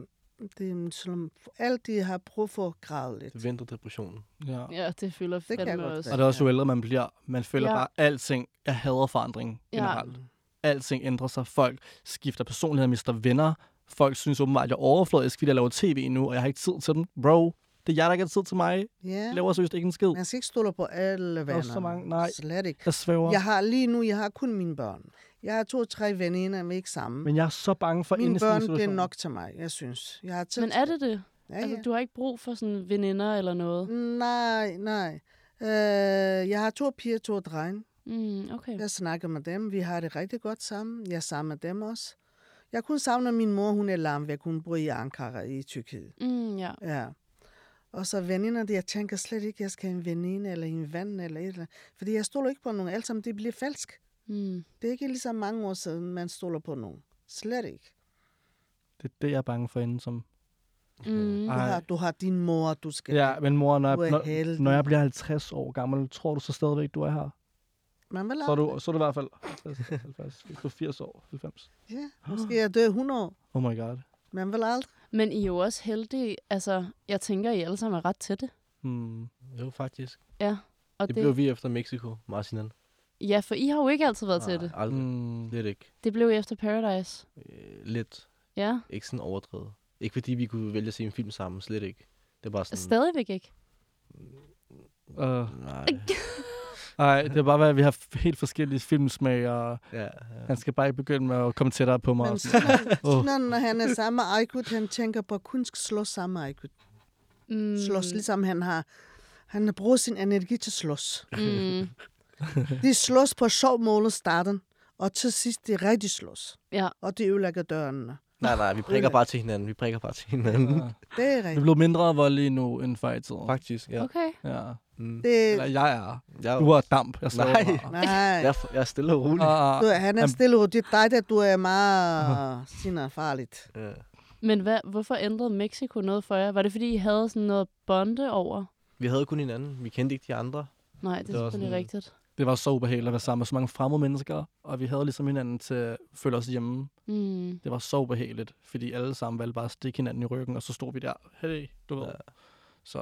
Speaker 2: det er som alt, de har brug for at græde lidt.
Speaker 9: Det venter depressionen.
Speaker 1: ja.
Speaker 11: ja, det fylder
Speaker 2: kan jeg
Speaker 11: fandme
Speaker 2: godt
Speaker 11: også.
Speaker 1: Og det er også jo ældre man bliver. Man føler
Speaker 11: Ja.
Speaker 1: ja. bare alting. Jeg hader forandring
Speaker 11: Ja.
Speaker 1: generelt. Alting ændrer sig. Folk skifter personlighed, mister venner. Folk synes åbenbart, at jeg er overfladisk, fordi jeg laver tv nu, og jeg har ikke tid til dem. Bro, det er jer, der ikke har tid til mig.
Speaker 2: Ja.
Speaker 1: Jeg laver seriøst ikke en skid.
Speaker 2: Man skal ikke stole på alle venner.
Speaker 1: er så mange- nej.
Speaker 2: Slet ikke.
Speaker 1: Jeg svæver.
Speaker 2: Jeg har lige nu, jeg har kun mine børn. Jeg har to-tre veninder, vi er ikke sammen.
Speaker 1: Men jeg er så bange for
Speaker 2: mine
Speaker 1: inde i sådan en
Speaker 2: børn, det er
Speaker 1: situation.
Speaker 2: nok til mig, jeg synes. Jeg har tid
Speaker 11: Men
Speaker 2: til
Speaker 11: er det det?
Speaker 2: Ja,
Speaker 11: Altså,
Speaker 2: ja.
Speaker 11: du har ikke brug for sådan veninder eller noget?
Speaker 2: Nej, nej. Øh, jeg har to piger, to drenge.
Speaker 11: Mm, okay.
Speaker 2: Jeg snakker med dem. Vi har det rigtig godt sammen. Jeg er sammen med dem også. Jeg kunne savne, at min mor hun er lamvæk. Hun bor i Ankara i Tyrkiet.
Speaker 11: Mm, ja.
Speaker 2: Ja. Og så veninderne, jeg tænker slet ikke, at jeg skal have en veninde eller en ven eller et eller andet. Fordi jeg stoler ikke på nogen. Alt sammen, det bliver falsk.
Speaker 11: Mm.
Speaker 2: Det er ikke ligesom mange år siden, man stoler på nogen. Slet ikke.
Speaker 1: Det er det, jeg er bange for inden som...
Speaker 11: Mm.
Speaker 2: Du har, du har din mor, du skal...
Speaker 1: Ja, men mor, når jeg,
Speaker 2: Du er
Speaker 1: når,
Speaker 2: heldig.
Speaker 1: når jeg bliver 50 år gammel, tror du så stadigvæk, du er her?
Speaker 2: Man vil
Speaker 1: Så er
Speaker 2: aldrig-
Speaker 1: du, så er du i hvert fald 70, du er 80 år, 90.
Speaker 2: Ja, måske jeg dør 100 år.
Speaker 1: Oh my god.
Speaker 2: Man vil aldrig.
Speaker 11: Men I er jo også heldige. Altså, jeg tænker, I alle sammen er ret tætte.
Speaker 1: Hmm.
Speaker 9: Jo, faktisk.
Speaker 11: Ja. Og
Speaker 9: Det
Speaker 11: det,
Speaker 9: blev vi efter Mexico, Marcinan.
Speaker 11: Ja, for I har jo ikke altid været tætte.
Speaker 9: Nej, Aldrig.
Speaker 1: Mm.
Speaker 9: Lidt ikke.
Speaker 11: Det blev I efter Paradise.
Speaker 9: Øh, Lidt.
Speaker 11: Ja.
Speaker 9: Ikke sådan overdrevet. Ikke fordi vi kunne vælge at se en film sammen, slet ikke. Det var bare sådan...
Speaker 11: Stadigvæk ikke.
Speaker 1: Uh,
Speaker 9: Nej.
Speaker 1: ej, det er bare, hvad, at vi har f- helt forskellige filmsmag, og
Speaker 9: Ja,
Speaker 1: han skal bare ikke begynde med at komme tættere på mig.
Speaker 2: Men
Speaker 1: og sådan. Åh.
Speaker 2: Sinan, når han er sammen med Aykut, han tænker på, at kun skal slås sammen med Aykut.
Speaker 11: Mm.
Speaker 2: Slås, ligesom han har... Han bruger sin energi til slås.
Speaker 11: Mm.
Speaker 2: De slås på sjov måde i starten, og til sidst det er rigtig slås.
Speaker 11: Ja.
Speaker 2: Og det ødelægger dørene.
Speaker 9: nej, nej, vi prikker bare til hinanden. Vi prikker bare til hinanden.
Speaker 2: Det er
Speaker 1: Vi er
Speaker 2: rigtigt.
Speaker 1: blevet mindre voldelige nu end før i tiden.
Speaker 9: Faktisk, ja.
Speaker 11: Okay.
Speaker 1: Ja.
Speaker 9: Mm.
Speaker 2: Det,
Speaker 1: Eller jeg er.
Speaker 9: Jeg,
Speaker 1: Du er damp. Jeg slår
Speaker 9: Nej.
Speaker 1: Bare.
Speaker 2: nej,
Speaker 9: jeg, er f- jeg er stille og rolig.
Speaker 1: Ah,
Speaker 2: du, han er stille og det er dig, der du er meget Sinan farligt.
Speaker 9: Ja.
Speaker 11: Men hvad, hvorfor ændrede Mexico noget for jer? Var det, fordi I havde sådan noget bonde over?
Speaker 9: Vi havde kun hinanden. Vi kendte ikke de andre.
Speaker 11: Nej, det,
Speaker 9: Det
Speaker 11: er
Speaker 9: var
Speaker 11: selvfølgelig
Speaker 9: sådan-
Speaker 11: rigtigt.
Speaker 1: det var så ubehageligt at være sammen med så mange fremmede mennesker, og vi havde ligesom hinanden til at føle os hjemme.
Speaker 11: Mm.
Speaker 1: Det var så ubehageligt, fordi alle sammen valgte bare at stikke hinanden i ryggen, og så stod vi der, hey, du ved.
Speaker 9: Ja.
Speaker 1: Ja. Så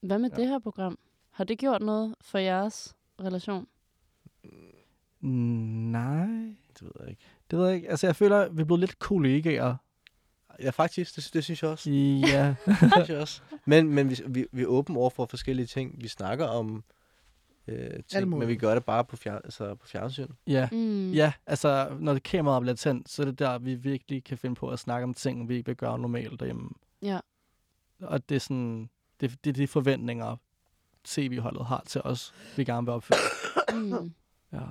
Speaker 11: Hvad med ja.
Speaker 1: Ja.
Speaker 11: det her program? Har det gjort noget for jeres relation?
Speaker 1: nej,
Speaker 9: Det ved jeg ikke.
Speaker 1: det ved jeg ikke. Altså, jeg føler, vi er blevet lidt kollegaer.
Speaker 9: Ja, faktisk. Det, det synes jeg også.
Speaker 1: Ja,
Speaker 9: Det synes jeg også. Men, men vi, vi, vi er åbne over for forskellige ting. Vi snakker om øh,
Speaker 2: Alt
Speaker 9: ting,
Speaker 2: muligt.
Speaker 9: men vi gør det bare på, fjern, altså på fjernsyn.
Speaker 1: ja.
Speaker 11: Mm.
Speaker 1: Ja, altså, når kameraet bliver tændt, så er det der, vi virkelig kan finde på at snakke om ting, vi ikke vil gøre normalt derhjemme.
Speaker 11: Ja.
Speaker 1: Og det er sådan, det, det er de forventninger, tv-holdet har til os, vi gerne vil opfylde.
Speaker 11: Mm.
Speaker 1: Ja.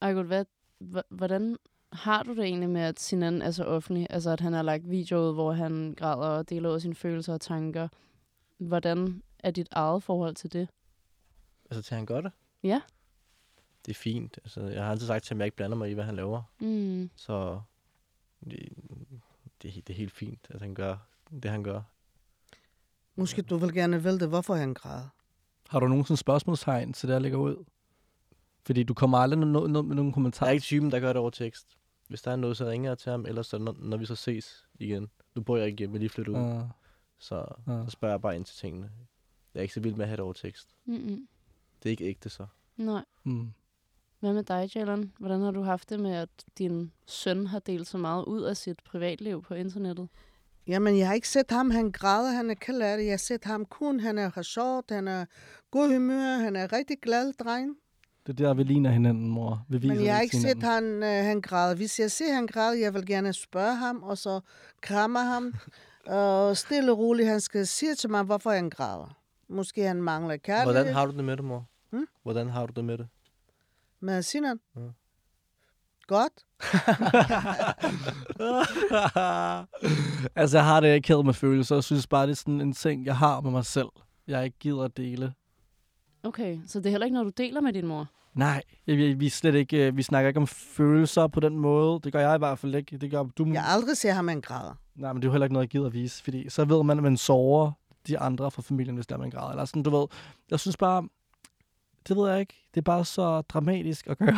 Speaker 11: Ej, hvad, hva- hvordan har du det egentlig med, at Sinan er så offentlig? Altså, at han har lagt videoer ud, hvor han græder og deler ud af sine følelser og tanker. Hvordan er dit eget forhold til det?
Speaker 9: Altså, tager han godt det?
Speaker 11: Ja.
Speaker 9: Det er fint. Altså, jeg har altid sagt til ham, at jeg ikke blander mig i, hvad han laver.
Speaker 11: Mm.
Speaker 9: Så det, det, er he- det er helt fint, at han gør det, han gør.
Speaker 2: Måske du vil gerne vælte, hvorfor han græder.
Speaker 1: Har du nogensinde spørgsmålstegn til det, jeg lægger ud? Fordi du kommer aldrig ned no- no- med nogen
Speaker 9: Der er
Speaker 1: kommentarer.
Speaker 9: ikke typen, der gør det over tekst. Hvis der er noget, så ringer jeg til ham, ellers så, når, når vi så ses igen. Nu bor jeg ikke hjemme, jeg er lige flyttet ud.
Speaker 1: Uh,
Speaker 9: Så,
Speaker 1: uh.
Speaker 9: så spørger jeg bare ind til tingene. Jeg er ikke så vild med at have det over tekst.
Speaker 11: Mm-mm.
Speaker 9: Det er ikke ægte så.
Speaker 11: Nej.
Speaker 1: Mm.
Speaker 11: Hvad med dig, Jalen? Hvordan har du haft det med, at din søn har delt så meget ud af sit privatliv på internettet?
Speaker 2: Jamen, jeg har ikke set ham. Han græder, han er ked af det. Jeg har set ham kun. Han er har sjovt, han er god humør, han er rigtig glad, dreng.
Speaker 1: Det er der, vi ligner hinanden, mor. Vi viser
Speaker 2: Men jeg har ikke set
Speaker 1: hinanden.
Speaker 2: han, øh, han græde. Hvis jeg ser han græde, jeg vil gerne spørge ham, og så kramme ham. og stille og roligt, han skal sige til mig, hvorfor han græder. Måske han mangler kærlighed.
Speaker 9: Hvordan har du det med det, mor?
Speaker 2: Hmm?
Speaker 9: Hvordan har du det med det?
Speaker 2: Men Sinan? Godt.
Speaker 1: altså, jeg har det ikke med følelser. Jeg synes bare, det er sådan en ting, jeg har med mig selv. Jeg ikke gider at dele.
Speaker 11: Okay, så det er heller ikke noget, du deler med din mor?
Speaker 1: Nej, vi, vi, er slet ikke, øh, vi snakker ikke om følelser på den måde. Det gør jeg i hvert fald ikke. Det gør du.
Speaker 2: Jeg
Speaker 1: Ja.
Speaker 2: har aldrig set ham, han græder.
Speaker 1: Nej, men det er jo heller ikke noget, jeg gider at vise, fordi så ved man, at man sover de andre fra familien, hvis der er man græder. Eller sådan, du ved, jeg synes bare, det ved jeg ikke. Det er bare så dramatisk at gøre.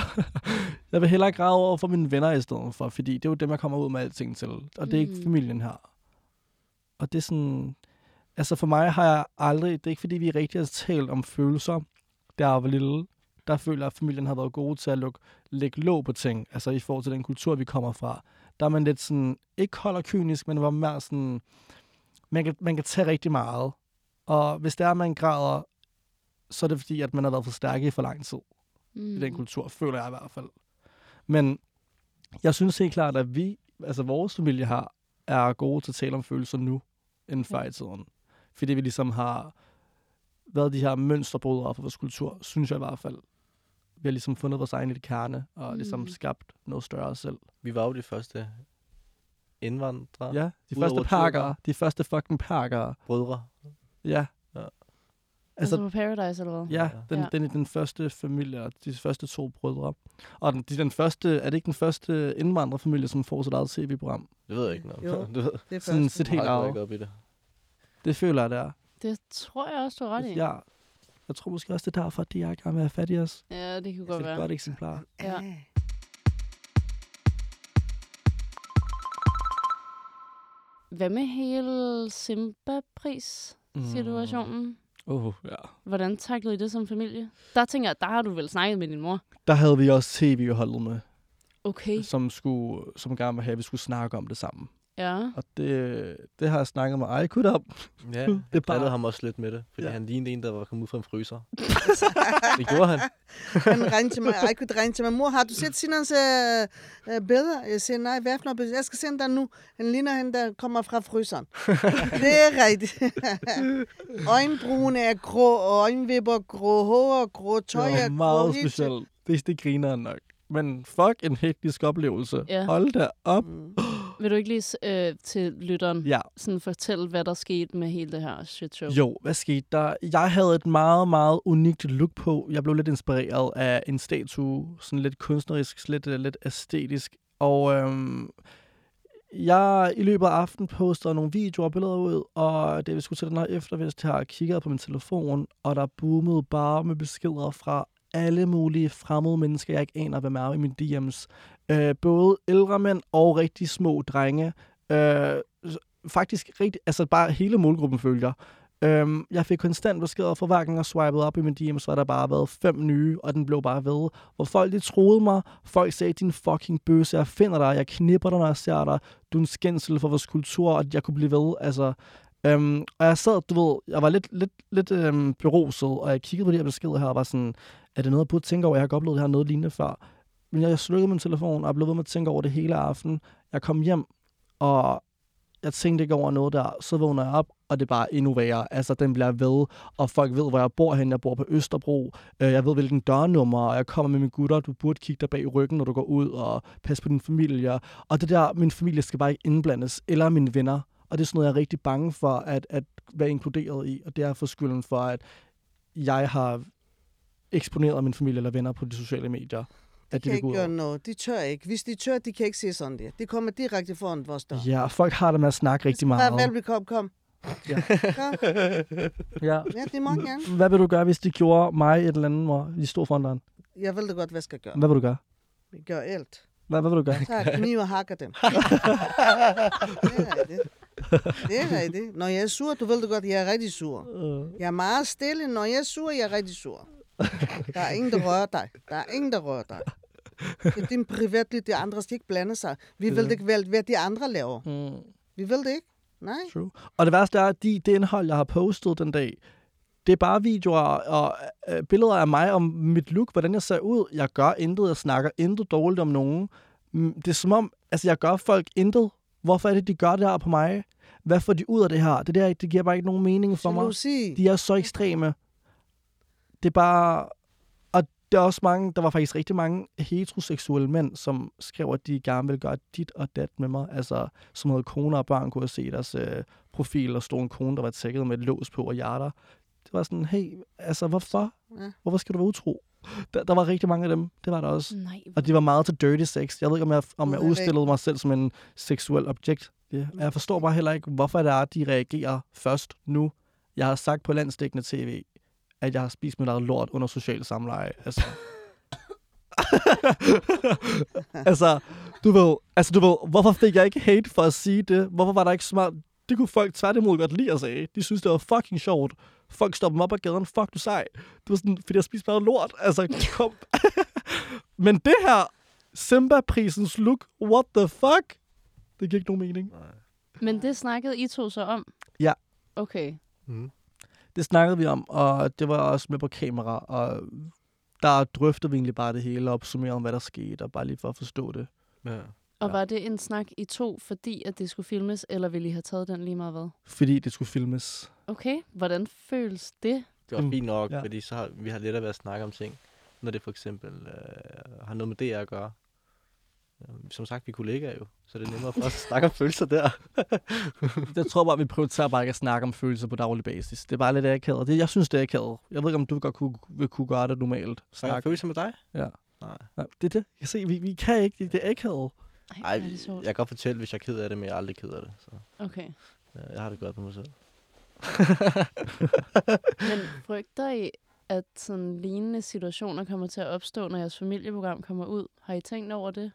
Speaker 1: jeg vil hellere græde over for mine venner i stedet for, fordi det er jo dem, jeg kommer ud med alting til. Og det er ikke
Speaker 11: Mm.
Speaker 1: familien her. Og det er sådan... Altså for mig har jeg aldrig... Det er ikke, fordi vi rigtig har talt om følelser, da jeg var lille. Der føler jeg, at familien har været gode til at lukke, lægge låg på ting. Altså i forhold til den kultur, vi kommer fra. Der er man lidt sådan... Ikke holder kynisk, men var mere sådan... Man kan, man kan tage rigtig meget. Og hvis det er, at man græder, så er det fordi, at man har været for stærk i for lang tid
Speaker 11: Mm.
Speaker 1: i den kultur, føler jeg i hvert fald. Men jeg synes helt klart, at vi, altså vores familie har, er gode til at tale om følelser nu, end før i tiden. Fordi vi ligesom har været de her mønsterbrydere for vores kultur, synes jeg i hvert fald. Vi har ligesom fundet vores egen lille kerne, og ligesom
Speaker 11: Mm.
Speaker 1: skabt noget større selv.
Speaker 9: Vi var jo de første indvandrere, ja.
Speaker 1: Ja, de
Speaker 9: Udover
Speaker 1: første
Speaker 9: to
Speaker 1: pakker.
Speaker 9: børn.
Speaker 1: De første fucking pakker.
Speaker 9: brødre.
Speaker 1: Ja.
Speaker 9: Ja.
Speaker 11: Altså,
Speaker 1: Altså,
Speaker 11: altså på Paradise eller hvad?
Speaker 1: ja, den,
Speaker 11: Ja.
Speaker 1: den, den, den første familie, og de første to brødre. Og den, de, den første, er det ikke den første indvandrerfamilie, som får sit eget tv-program?
Speaker 9: Det ved jeg ikke noget.
Speaker 2: Jo.
Speaker 9: om. du ved,
Speaker 2: Det er
Speaker 1: Sådan
Speaker 2: første.
Speaker 1: set helt
Speaker 9: jeg går
Speaker 1: af.
Speaker 9: ikke op i det.
Speaker 1: Det føler jeg, det er.
Speaker 11: Det tror jeg også, du har ret i.
Speaker 1: Ja. Jeg tror måske også, det er derfor, at de er i gang med at have fat i os.
Speaker 11: ja det kunne
Speaker 1: Det er
Speaker 11: godt
Speaker 1: et
Speaker 11: være.
Speaker 1: godt eksemplar.
Speaker 11: Ja.
Speaker 2: Ah.
Speaker 11: Hvad med hele Simba-pris-situationen?
Speaker 1: Uh, Mm. ja.
Speaker 11: Hvordan taklede I det som familie? Der tænker jeg, der har du vel snakket med din mor.
Speaker 1: Der havde vi også tv-holdet med,
Speaker 11: Okay.
Speaker 1: som, skulle, som gerne ville have, at vi skulle snakke om det sammen.
Speaker 11: Ja.
Speaker 1: Og det, det har jeg snakket med Aykut om.
Speaker 9: Ja,
Speaker 1: Det er
Speaker 9: det
Speaker 1: bare-
Speaker 9: bare... ham også lidt med det, fordi
Speaker 1: Ja.
Speaker 9: ja. han lignede en, der var kommet ud fra en fryser. det gjorde han.
Speaker 2: Han ringte til mig, jeg kunne ringe til mig, mor, har du set Sinans øh, øh, billeder? Jeg siger, nej, hvad for noget billeder? Jeg skal sende dig nu. Han ligner hende, der kommer fra fryseren. det er rigtigt. Øjenbrune er grå, og øjenvipper er grå, hår er grå, tøj
Speaker 1: det
Speaker 2: er
Speaker 1: var
Speaker 2: grå.
Speaker 1: meget
Speaker 2: helt til-
Speaker 1: specielt. Det, det griner han nok. Men fuck en hektisk oplevelse.
Speaker 11: Ja.
Speaker 1: Hold da op.
Speaker 11: Vil du ikke lige øh, til lytteren
Speaker 1: Ja,
Speaker 11: sådan fortælle, hvad der skete med hele det her shit show?
Speaker 1: jo, hvad skete der? Jeg havde et meget, meget unikt look på. Jeg blev lidt inspireret af en statue, sådan lidt kunstnerisk, lidt, øh, lidt æstetisk. Og øhm, jeg i løbet af aftenen postede nogle videoer og billeder ud, og det vi skulle til den her eftervist her, kiggede på min telefon, og der boomede bare med beskeder fra alle mulige fremmede mennesker, jeg ikke aner, hvem er i mine DM's. Øh, både ældre mænd og rigtig små drenge. Øh, s- faktisk rigtig, altså bare hele målgruppen følger. Øhm, jeg fik konstant beskeder for hver gang jeg swipede op i min DM, så har der bare været fem nye, og den blev bare ved. Hvor folk de troede mig, folk sagde, din fucking bøse, jeg finder dig, jeg knipper dig, når jeg ser dig, du er en skændsel for vores kultur, og jeg kunne blive ved, altså. Øhm, og jeg sad, du ved, jeg var lidt, lidt, lidt øhm, beruset, og jeg kiggede på de her beskeder her, og var sådan, er det noget, jeg burde tænke over, jeg har ikke oplevet det her noget lignende før. Men jeg slukkede min telefon, og jeg blev ved med at tænke over det hele aften. Jeg kom hjem, og jeg tænkte ikke over noget der, så vågner jeg op, og det er bare endnu værre. Altså, den bliver ved, og folk ved, hvor jeg bor hen. Jeg bor på Østerbro. Øh, Jeg ved, hvilken dørnummer, og jeg kommer med mine gutter. Du burde kigge dig bag i ryggen, når du går ud, og passe på din familie. Og det der, min familie skal bare ikke indblandes, eller mine venner. Og det er sådan noget, jeg er rigtig bange for at, at være inkluderet i, og det er for skylden for, at jeg har eksponeret min familie eller venner på de sociale medier.
Speaker 2: De
Speaker 1: At
Speaker 2: kan
Speaker 1: det vil gå
Speaker 2: ikke
Speaker 1: ud over.
Speaker 2: gøre noget. De tør ikke. Hvis de tør, de kan ikke se sådan der. De kommer direkte foran vores dør.
Speaker 1: Ja, og folk har det med at snakke rigtig meget.
Speaker 2: Bare velbekomme, kom. Kom.
Speaker 1: Ja.
Speaker 2: Ja, det må jeg gerne.
Speaker 1: Hvad vil du gøre, hvis de gjorde mig et eller andet, hvor vi stod foran dig?
Speaker 2: Jeg ved da godt, hvad jeg skal gøre.
Speaker 1: Hvad vil du gøre?
Speaker 2: Vi gør alt.
Speaker 1: Hvad, hvad vil du gøre?
Speaker 2: tager kniv og hakker dem. det er rigtigt. Det er rigtigt. Når jeg er sur, du ved det godt, jeg er rigtig sur. Jeg er meget stille. Når jeg er sur, jeg er rigtig sur. Der er ingen, der rører dig. Der er ingen, der rører dig. Det er din privatliv, de andre skal ikke blande sig. Vi vil det ikke vælge, hvad de andre laver.
Speaker 1: Mm.
Speaker 2: Vi vil det ikke. Nej.
Speaker 1: True. Og det værste er, at de, det indhold, jeg har postet den dag, det er bare videoer og øh, billeder af mig om mit look, hvordan jeg ser ud. Jeg gør intet, jeg snakker intet dårligt om nogen. Mm, Det er som om, altså jeg gør folk intet. Hvorfor er det, de gør det her på mig? Hvad får de ud af det her? Det der, det giver bare ikke nogen mening for mig.
Speaker 2: Jalousi.
Speaker 1: De er så ekstreme. Det er bare... Og der er også mange, der var faktisk rigtig mange heteroseksuelle mænd, som skrev, at de gerne ville gøre dit og dat med mig. Altså, som havde koner og børn, kunne jeg se i deres øh, profil, og stod en kone, der var tækket med et lås på og hjerter. Det var sådan, hey, altså hvorfor?
Speaker 2: Ja.
Speaker 1: Hvorfor skal du være utro? Der, der var rigtig mange af dem. Det var der også.
Speaker 11: Nej.
Speaker 1: Og de var meget til dirty sex. Jeg ved ikke, om jeg, om
Speaker 2: Ud
Speaker 1: jeg
Speaker 2: af væg.
Speaker 1: udstillede mig selv som en seksuel objekt. Det, jeg forstår bare heller ikke, hvorfor det er, at de reagerer først nu. Jeg har sagt på landstækkende tv, at jeg har spist mit eget lort under social samleje. Altså. altså, du ved, altså, du ved, hvorfor fik jeg ikke hate for at sige det? Hvorfor var der ikke smart? Det kunne folk tværtimod godt lide at sige. De synes, det var fucking sjovt. Folk stoppede mig op ad gaden. Fuck, du sej. Det var sådan, fordi jeg spiste meget lort. Altså, kom. Men det her, Simba-prisens look, what the fuck? Det giver ikke nogen mening.
Speaker 11: Men det snakkede I to så om?
Speaker 1: Ja.
Speaker 11: Okay.
Speaker 1: Det snakkede vi om, og det var også med på kamera, og der drøftede vi egentlig bare det hele og opsummerede om, hvad der skete, og bare lige for at forstå det.
Speaker 9: Ja.
Speaker 11: Og var det en snak I to, fordi at det skulle filmes, eller ville I have taget den lige meget hvad?
Speaker 1: Fordi det skulle filmes.
Speaker 11: Okay, hvordan føles det?
Speaker 9: Det var
Speaker 1: Mm.
Speaker 9: fint nok,
Speaker 1: Ja.
Speaker 9: ja. fordi så har, vi har lettere ved at snakke om ting, når det for eksempel øh, har noget med DR at gøre. Som sagt, vi er kollegaer jo, så det er nemmere for os at snakke om følelser der.
Speaker 1: Jeg tror bare, vi prioriterer bare ikke at snakke om følelser på daglig basis. Det er bare lidt akavet. Det, jeg synes, det er akavet. Jeg ved ikke, om du godt kunne, vil kunne gøre det normalt.
Speaker 9: Snakke om
Speaker 1: Snak.
Speaker 9: følelser med dig?
Speaker 1: Ja.
Speaker 9: Nej.
Speaker 1: Nej, det er det. Jeg kan se, vi, vi kan ikke. Det, det er akavet.
Speaker 11: Ej,
Speaker 9: Ej,
Speaker 11: hvor er det sjovt.
Speaker 9: jeg kan godt fortælle, hvis jeg er ked af det, men jeg er aldrig ked af det. Så
Speaker 11: Okay.
Speaker 9: ja, jeg har det godt med mig selv.
Speaker 11: Men frygter I, at sådan lignende situationer kommer til at opstå, når jeres familieprogram kommer ud? Har I tænkt over det?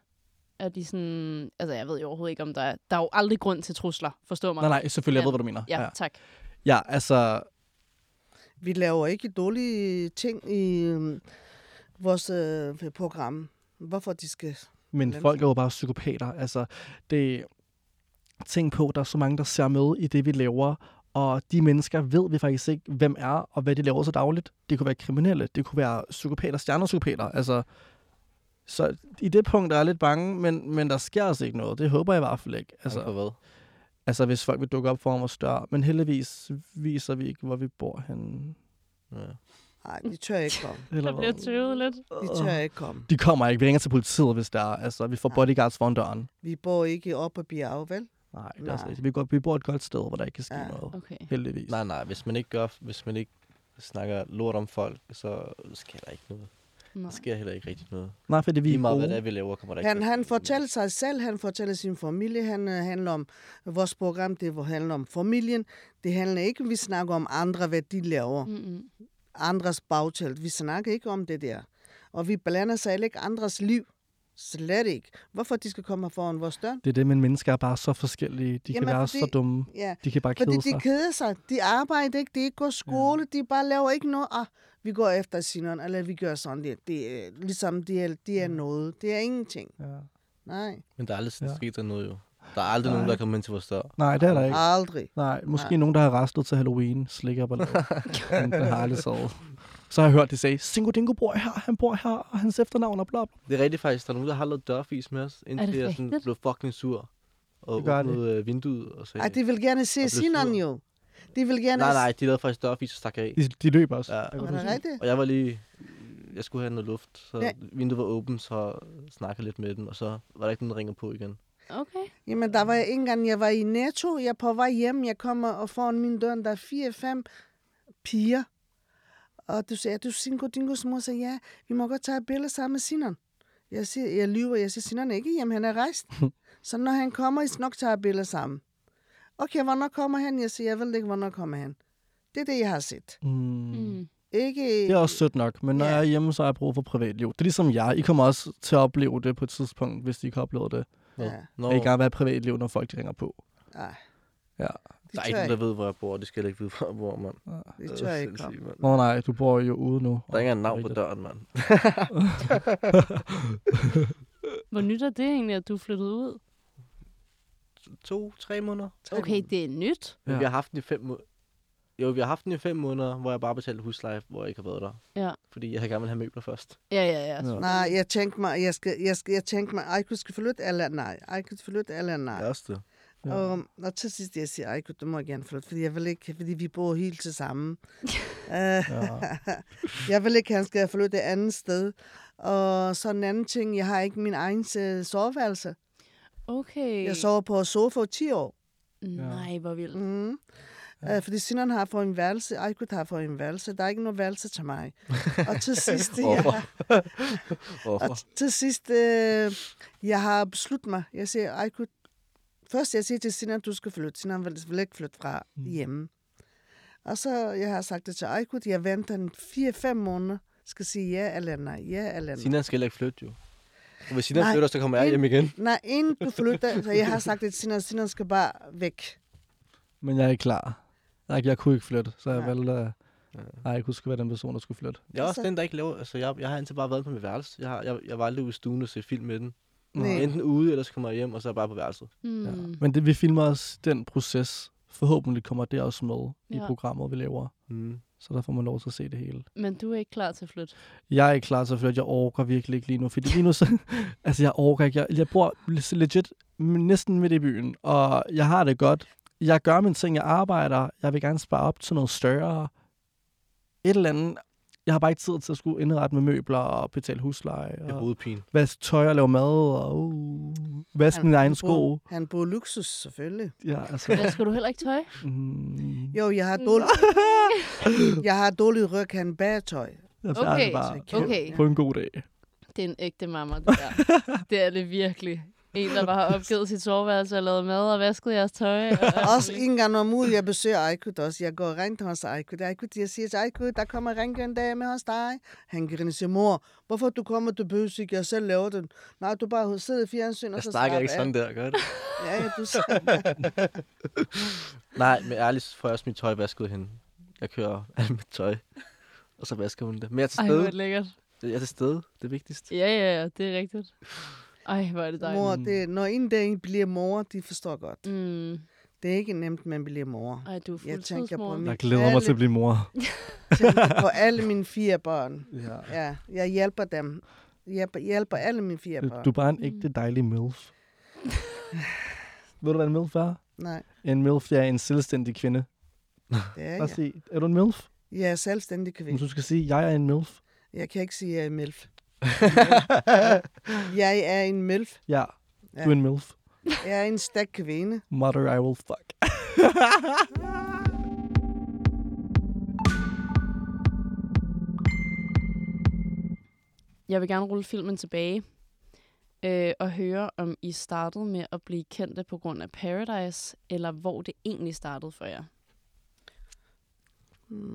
Speaker 11: Er de sådan... Altså, jeg ved jo overhovedet ikke, om der er... Der er jo aldrig grund til trusler, forstår mig.
Speaker 1: Nej, nej, selvfølgelig. Jeg
Speaker 11: Ja.
Speaker 1: ved, hvad du mener.
Speaker 11: Ja, ja, tak.
Speaker 1: ja altså,
Speaker 2: Vi laver ikke dårlige ting i øh, vores øh, program. Hvorfor de skal...
Speaker 1: Men
Speaker 2: Hvordan
Speaker 1: folk er jo bare psykopater. Altså, det, tænk på, der er så mange, der ser med i det, vi laver. Og de mennesker ved vi faktisk ikke, hvem er og hvad de laver så dagligt. Det kunne være kriminelle, det kunne være psykopater, stjernepsykopater. Altså, så i det punkt er jeg lidt bange, men, men der sker altså ikke noget. Det håber jeg i hvert fald ikke.
Speaker 9: Altså,
Speaker 1: Altså,
Speaker 9: hvad?
Speaker 1: altså hvis folk vil dukke op for vores dør. Men heldigvis viser vi ikke, hvor vi bor henne.
Speaker 9: Ja.
Speaker 2: Nej, de tør ikke komme.
Speaker 1: Eller
Speaker 11: Jeg bliver
Speaker 1: hvad?
Speaker 11: tøvet lidt.
Speaker 2: De tør ikke komme.
Speaker 1: De kommer ikke. Vi ringer til politiet, hvis der er. Altså, vi får bodyguards foran døren.
Speaker 2: Vi bor ikke op og bjerg, vel?
Speaker 1: Nej, det er altså
Speaker 2: Nej.
Speaker 1: ikke. Vi, går, vi bor et godt sted, hvor der ikke kan ske
Speaker 2: Ja.
Speaker 1: noget.
Speaker 11: Okay.
Speaker 1: Heldigvis.
Speaker 9: Nej, nej, hvis man ikke gør, hvis man ikke snakker lort om folk, så sker der ikke noget.
Speaker 11: Nej.
Speaker 9: Der sker heller ikke rigtig noget.
Speaker 1: Nej, fordi vi
Speaker 9: Lige
Speaker 1: er
Speaker 9: meget, hvad det er,
Speaker 1: gode.
Speaker 9: vi laver, kommer der ikke
Speaker 2: Han,
Speaker 9: til at
Speaker 2: han
Speaker 9: ske noget.
Speaker 2: fortæller sig selv, han fortæller sin familie, han øh, handler om vores program, det hvor handler om familien. Det handler ikke, om, vi snakker om andre, hvad de laver,
Speaker 11: Mm-mm.
Speaker 2: andres bagtalt. Vi snakker ikke om det der. Og vi blander sig heller ikke andres liv. Slet ikke. Hvorfor de skal komme foran vores dør?
Speaker 1: Det er det, men mennesker er bare så forskellige. De kan
Speaker 2: Jamen,
Speaker 1: være
Speaker 2: fordi-
Speaker 1: så dumme.
Speaker 2: Ja,
Speaker 1: De kan bare
Speaker 2: fordi
Speaker 1: kede sig.
Speaker 2: de keder sig. De arbejder ikke, de ikke går skole, ja. de bare laver ikke noget. Ah, vi går efter sinon, eller vi gør sådan det. det er, ligesom, det er, det er noget. Det er ingenting.
Speaker 1: Ja.
Speaker 2: Nej,
Speaker 9: Men der er aldrig
Speaker 1: Ja.
Speaker 9: ja. sket der noget jo. Der er aldrig nogen,
Speaker 1: Nej.
Speaker 9: der kommer ind til vores dør.
Speaker 1: Nej, det er der ikke.
Speaker 2: aldrig.
Speaker 1: Nej, måske
Speaker 2: Ah. Nej.
Speaker 1: nogen, der har restet til Halloween. Slik op og lavet. Men den har aldrig sovet. Så har jeg hørt, de sagde, Singo Dingo bor her, han bor her, og hans efternavn er blop.
Speaker 9: Det er rigtigt faktisk. Der er nogen, der har lavet dørfis med os, indtil jeg sådan
Speaker 11: rigtigt?
Speaker 9: blev fucking sur. Og
Speaker 1: Det gør de.
Speaker 9: åbnede øh, vinduet og sagde...
Speaker 2: Ej, de vil gerne se
Speaker 9: Og blev
Speaker 2: Sinan
Speaker 9: sur.
Speaker 2: jo. De vil gerne
Speaker 9: Nej, nej, de lavede faktisk dørfis og stak af.
Speaker 1: De, de løber også.
Speaker 9: Ja.
Speaker 1: Jeg kan
Speaker 2: se... Er
Speaker 1: godt
Speaker 2: det
Speaker 1: huske.
Speaker 2: rigtigt?
Speaker 9: Og jeg var lige... Jeg skulle have noget luft, så
Speaker 2: Ja.
Speaker 9: ja. vinduet var åbent, så snakkede lidt med dem, og så var der ikke nogen, der ringer på igen.
Speaker 11: Okay.
Speaker 2: Jamen, der var jeg ikke engang. Jeg var i Netto. Jeg er på vej hjem. Jeg kommer og foran min dør. Der er fire-fem piger. Og du siger, du er Singo Dingos mor. Så ja, vi må godt tage et billede sammen med Sinan. Jeg, siger, jeg lyver. Jeg siger, Sinan er ikke hjem. Han er rejst. så når han kommer, I skal nok tage et billede sammen. Okay, hvornår kommer han? Jeg siger, jeg ved ikke, hvornår kommer han. Det er det, jeg har set.
Speaker 1: Mm.
Speaker 11: Mm.
Speaker 2: Ikke...
Speaker 1: Det er også sødt nok, men når
Speaker 2: Ja.
Speaker 1: jeg er hjemme, så har jeg brug for privatliv. Det er ligesom jeg. I kommer også til at opleve det på et tidspunkt, hvis de ikke har oplevet det.
Speaker 2: Ja.
Speaker 9: Nå,
Speaker 1: Jeg vil gerne være et privatliv, når folk de ringer på.
Speaker 2: Ej,
Speaker 1: Ja.
Speaker 2: de
Speaker 9: der er
Speaker 2: tør
Speaker 9: ikke nogen, der ved, hvor jeg bor. Det skal jeg ikke vide, hvor jeg bor, mand.
Speaker 2: ikke. De
Speaker 9: Det
Speaker 2: tør
Speaker 9: er
Speaker 2: ikke.
Speaker 9: sindssygt, mand.
Speaker 1: Nå nej, du bor jo ude nu.
Speaker 9: Der er ikke engang navn på
Speaker 1: Rigtigt.
Speaker 9: døren, mand.
Speaker 11: Hvor nyt er det egentlig, at du flyttede ud?
Speaker 9: To, tre måneder.
Speaker 11: Okay, det er nyt.
Speaker 9: Ja.
Speaker 1: Ja.
Speaker 9: Vi har haft den i fem måneder. Jo, vi har haft den i fem måneder, hvor jeg bare betalte husleje, hvor jeg ikke har været der.
Speaker 11: Ja,
Speaker 9: Fordi jeg havde gerne vil have møbler først.
Speaker 11: ja, ja. ja.
Speaker 1: Ja.
Speaker 2: Nej, jeg tænkte mig, jeg, skal, jeg, skal, jeg tænkte mig, Aykut skal flytte eller nej. Aykut flytte eller nej.
Speaker 9: Det er også det.
Speaker 2: Ja. Og, og til sidst, jeg siger, Aykut, du må gerne flytte, fordi jeg vil ikke, fordi vi bor helt til sammen. ja. jeg vil ikke, han skal flytte et andet sted. Og så en anden ting, jeg har ikke min egen øh, soveværelse.
Speaker 11: Okay.
Speaker 2: Jeg sover på sofa i 10 år.
Speaker 11: Nej, hvor vildt.
Speaker 2: Mm. Ja. Fordi Sinan har fået en værelse, Aykut har fået en værelse. Der er ikke noget værelse til mig. og til sidst, jeg, og t- til sidst, øh, jeg har besluttet mig. Jeg siger, "Ej, gud." først jeg siger til Sinan, du skal flytte. Sinan vil, vil ikke flytte fra hjemme. Og så jeg har sagt det til Aykut, jeg venter en 4-5 måneder, skal sige ja eller nej, ja eller nej.
Speaker 9: Sina skal heller ikke flytte, jo. Og hvis Sina
Speaker 2: Nej,
Speaker 9: flytter, så kommer jeg
Speaker 2: ind-
Speaker 9: hjem igen.
Speaker 2: Nej, inden du flytter, så jeg har sagt det til Sinan, Sinan skal bare væk.
Speaker 1: Men jeg er ikke klar. Jeg, jeg kunne ikke flytte, så jeg
Speaker 2: Nej.
Speaker 1: valgte... at- Nej, jeg kunne sgu være den person, der skulle flytte.
Speaker 9: Jeg er også
Speaker 2: Altså-
Speaker 9: den, der ikke laver... Altså, jeg, jeg har altid bare været på mit værelse. Jeg, har, jeg, jeg var aldrig ude i stuen og se film med den.
Speaker 2: Nej.
Speaker 9: Enten ude, eller så kommer jeg hjem, og så er jeg bare på værelset.
Speaker 11: Mm.
Speaker 1: Men det, vi filmer os den proces. Forhåbentlig kommer det også med ja.
Speaker 11: Ja.
Speaker 1: i programmet, vi laver.
Speaker 9: Mm.
Speaker 1: Så der får man lov til at se det hele.
Speaker 11: Men du er ikke klar til at flytte.
Speaker 1: Jeg er ikke klar til at flytte. Jeg orker virkelig ikke lige nu. Fordi lige nu, så, altså jeg orker ikke. Jeg, jeg bor legit næsten midt i byen, og jeg har det godt. Jeg gør mine ting, jeg arbejder. Jeg vil gerne spare op til noget større. Et eller andet. Jeg har bare ikke tid til at skulle indrette med møbler og betale husleje.
Speaker 9: Det er
Speaker 1: Og
Speaker 9: hovedpine.
Speaker 1: vaske tøj og lave mad og uh,
Speaker 2: Altså,
Speaker 1: vaske mine egne sko.
Speaker 2: Han bor luksus, selvfølgelig.
Speaker 1: Ja, altså,
Speaker 11: Hvad skal du heller ikke tøj?
Speaker 1: mm,
Speaker 2: Jo, jeg har dårlig, jeg har dårlig ryg, han bærer tøj.
Speaker 1: altså jeg har det
Speaker 11: Okay,
Speaker 1: bare
Speaker 11: okay.
Speaker 1: på en god dag.
Speaker 11: Det er en ægte mamma, det der. det er det virkelig. En, der bare har opgivet sit soveværelse og lavet mad og vasket jeres tøj. Og
Speaker 2: Også en gang om ugen, jeg besøger Aykut også. Jeg går rent hos Aykut. Aykut, jeg siger til Aykut, der kommer rengøring en dag med hos dig. Han griner og siger, mor, hvorfor du kommer, du behøver ikke, jeg selv laver den. Nej, du bare sidder i fjernsyn, og
Speaker 9: Jeg
Speaker 2: så
Speaker 9: snakker
Speaker 2: slap
Speaker 9: ikke
Speaker 2: af."
Speaker 9: sådan der, gør det?
Speaker 2: Ja, ja, du siger,
Speaker 9: Nej, men ærligt får jeg også mit tøj vasket hende. Jeg kører alt mit tøj, og så vasker hun det. Men jeg er til
Speaker 11: Ej,
Speaker 9: stede.
Speaker 11: hvor er det lækkert.
Speaker 9: Jeg er til stede, det vigtigste.
Speaker 11: Ja, ja, ja, det er rigtigt. Ej, hvor er det dejligt.
Speaker 2: mor, det, når en dag bliver mor, de forstår godt.
Speaker 11: Mm.
Speaker 2: Det er ikke nemt, man bliver mor.
Speaker 11: Ej, du er
Speaker 2: Jeg tænker på
Speaker 11: fuldtidsmor.
Speaker 2: min
Speaker 1: Jeg glæder mig til at
Speaker 2: alle,
Speaker 1: blive mor.
Speaker 2: tænker på alle mine fire børn.
Speaker 1: Ja.
Speaker 2: Ja, jeg hjælper dem. Jeg hjælper, hjælper alle mine fire
Speaker 9: Øh,
Speaker 2: børn.
Speaker 1: Øh, Du er bare
Speaker 11: Mm.
Speaker 1: en ægte dejlig milf. Ved du, hvad en milf er?
Speaker 2: Nej,
Speaker 1: En milf, det er en selvstændig kvinde.
Speaker 2: det er
Speaker 1: Bare
Speaker 2: jeg.
Speaker 1: sig, er du en milf?
Speaker 2: Jeg er selvstændig
Speaker 1: Men
Speaker 2: kvinde.
Speaker 1: du skal sige, jeg er en milf.
Speaker 2: Jeg kan ikke sige, at jeg er en milf. Jeg er en milf.
Speaker 1: Ja,
Speaker 2: Ja.
Speaker 1: du er en milf.
Speaker 2: Jeg er en stærk kvinde.
Speaker 1: Mother, I will fuck.
Speaker 11: Jeg vil gerne rulle filmen tilbage øh, og høre, om I startede med at blive kendte på grund af Paradise, eller hvor det egentlig startede for jer.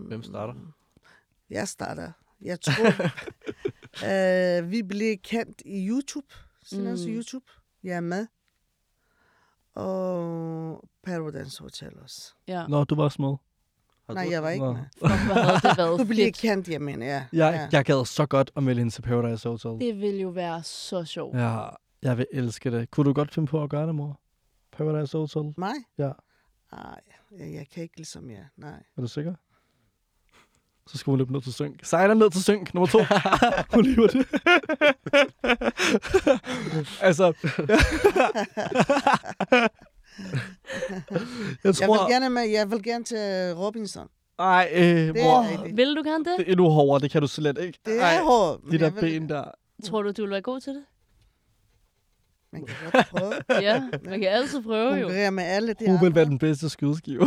Speaker 9: Hvem starter?
Speaker 2: Mm, Jeg starter. Jeg tror, øh, vi blev kendt i YouTube. Sinans
Speaker 11: Mm.
Speaker 2: mm. YouTube. Jeg er med. Og Paradise Hotel også.
Speaker 11: Ja,
Speaker 1: Nå, du var også med.
Speaker 9: Har
Speaker 2: Nej,
Speaker 9: du-
Speaker 2: jeg var ikke
Speaker 1: Nå.
Speaker 2: med.
Speaker 11: hvor havde det været
Speaker 2: Du bliver
Speaker 11: fedt.
Speaker 2: kendt, jeg mener, ja.
Speaker 1: Jeg,
Speaker 2: ja.
Speaker 1: ja. jeg gad så godt at melde hende til Paradise Hotel.
Speaker 11: Det ville jo være så sjovt. Ja.
Speaker 1: Ja, jeg vil elske det. Kunne du godt finde på at gøre det, mor? Paradise Hotel?
Speaker 2: Mig?
Speaker 1: Ja.
Speaker 2: Nej, jeg, jeg kan ikke ligesom jer. Nej.
Speaker 1: Er du sikker? Så skal hun løbe ned til synk. Sejler ned til synk, nummer to. hun lever det. altså... jeg
Speaker 2: Jeg vil
Speaker 1: tror...
Speaker 2: gerne, med, jeg vil gerne til Robinson.
Speaker 1: Ej, øh,
Speaker 2: Det
Speaker 1: mor,
Speaker 2: er rigtigt.
Speaker 11: Ville du gerne det?
Speaker 1: det er endnu hårdere. Det kan du slet ikke.
Speaker 2: Det
Speaker 1: Ej,
Speaker 2: er hårdt. men
Speaker 1: De der
Speaker 2: jeg vil-
Speaker 1: ben der.
Speaker 11: Tror du, du ville være god til det?
Speaker 2: Man kan godt prøve.
Speaker 11: Ja, man kan altid prøve jo.
Speaker 2: Konkurrere med alle de
Speaker 1: Hun
Speaker 2: andre.
Speaker 1: vil være den bedste skydeskive.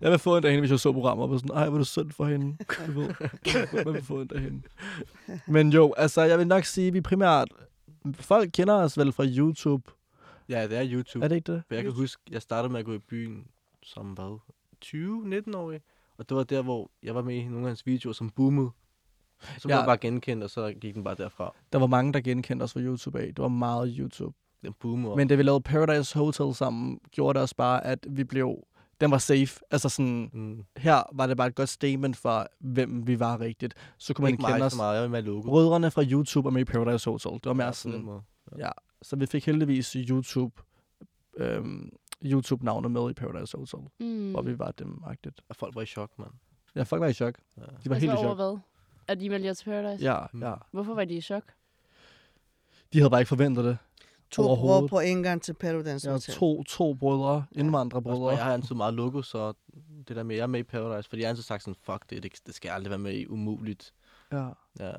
Speaker 1: jeg vil få en af hende, hvis jeg så programmet, og var sådan, ej, hvor er du synd for hende. Du ved, man vil få en af hende. Men jo, altså, jeg vil nok sige, at vi primært... Folk kender os vel fra YouTube.
Speaker 9: Ja, det er YouTube.
Speaker 1: Er det ikke det?
Speaker 9: For jeg kan huske, jeg startede med at gå i byen som hvad? 20-19-årig. Og det var der, hvor jeg var med i nogle af hans videoer, som boomede. Så blev
Speaker 1: Ja.
Speaker 9: jeg bare genkendt, og så gik den bare derfra.
Speaker 1: Der var mange, der genkendte os fra YouTube af. Det var meget YouTube.
Speaker 9: Den boomede. Men...
Speaker 1: Men da vi lavede Paradise Hotel sammen, gjorde det også bare, at vi blev... Den var safe. Altså sådan,
Speaker 9: Mm,
Speaker 1: her var det bare et godt statement for, hvem vi var rigtigt. Så kunne man
Speaker 9: ikke
Speaker 1: kende
Speaker 9: mig
Speaker 1: os.
Speaker 9: så meget, jeg var med i logo.
Speaker 1: Brødrene fra YouTube er med i Paradise Hotel. Det var
Speaker 9: Ja,
Speaker 1: mere
Speaker 9: på den
Speaker 1: sådan,
Speaker 9: måde.
Speaker 1: Så vi fik heldigvis YouTube, øhm, YouTube-navnet med i Paradise Hotel, mm.
Speaker 11: Mm.
Speaker 1: hvor vi var dem agtigt.
Speaker 9: Og folk var i chok, mand.
Speaker 1: Ja, folk var i chok.
Speaker 9: Ja.
Speaker 1: De var helt i
Speaker 11: altså over
Speaker 1: chok.
Speaker 11: hvad? At I meldte jer til Paradise?
Speaker 1: Ja,
Speaker 9: Mm.
Speaker 1: ja.
Speaker 11: Hvorfor var de i chok?
Speaker 1: De havde bare ikke forventet det.
Speaker 2: To bror
Speaker 1: overhovedet.
Speaker 2: på en gang til Paradise
Speaker 1: Jeg var
Speaker 2: Hotel.
Speaker 1: to, to brødre,
Speaker 9: Også, og jeg
Speaker 1: indvandrerbrødre.
Speaker 9: har altid meget logo, så det der med, at jeg er med i Paradise, fordi jeg har altid sagt sådan, fuck det, det, det skal jeg aldrig være med i, umuligt.
Speaker 1: Ja.
Speaker 9: Ja.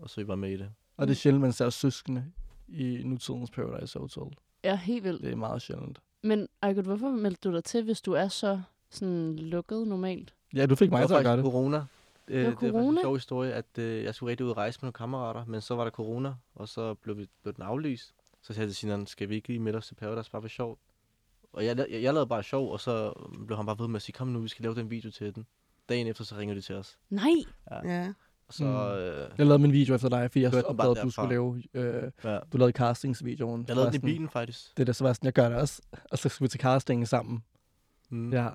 Speaker 9: Og så vi var med i det.
Speaker 1: Og det er sjældent, man ser søskende i nutidens Paradise Hotel.
Speaker 11: Ja, helt vildt.
Speaker 1: Det er meget sjældent.
Speaker 11: Men Ejgud, hvorfor meldte du dig til, hvis du er så sådan lukket normalt?
Speaker 1: Ja, du fik mig
Speaker 9: det
Speaker 1: til
Speaker 9: var
Speaker 1: at gøre
Speaker 9: faktisk
Speaker 1: det.
Speaker 9: corona. Øh, Det
Speaker 11: var
Speaker 9: var faktisk
Speaker 11: corona?
Speaker 9: en sjov historie, at øh, jeg skulle rigtig ud og rejse med nogle kammerater, men så var der corona, og så blev, vi, blev den aflyst. Så sagde jeg til Sinan, skal vi ikke lige melde os til Paradise bare for sjov? Og jeg, la- jeg, jeg lavede bare sjov, og så øh, blev han bare ved med at sige, kom nu, vi skal lave den video til den. Dagen efter, så ringer de til os.
Speaker 11: Nej!
Speaker 2: Ja.
Speaker 9: Og så,
Speaker 1: Mm.
Speaker 9: mm. øh,
Speaker 1: Jeg lavede min video efter dig, fordi jeg
Speaker 9: Hørte den bare
Speaker 1: opdagede, at du skulle lave... Øh,
Speaker 9: ja.
Speaker 1: du lavede castingsvideoen.
Speaker 9: jeg lavede
Speaker 1: Så var
Speaker 9: den i
Speaker 1: jeg sådan,
Speaker 9: bilen, faktisk.
Speaker 1: Det er det, så var jeg sådan, jeg gør det også. Og så skulle vi til castingen sammen.
Speaker 9: Mm.
Speaker 1: Ja.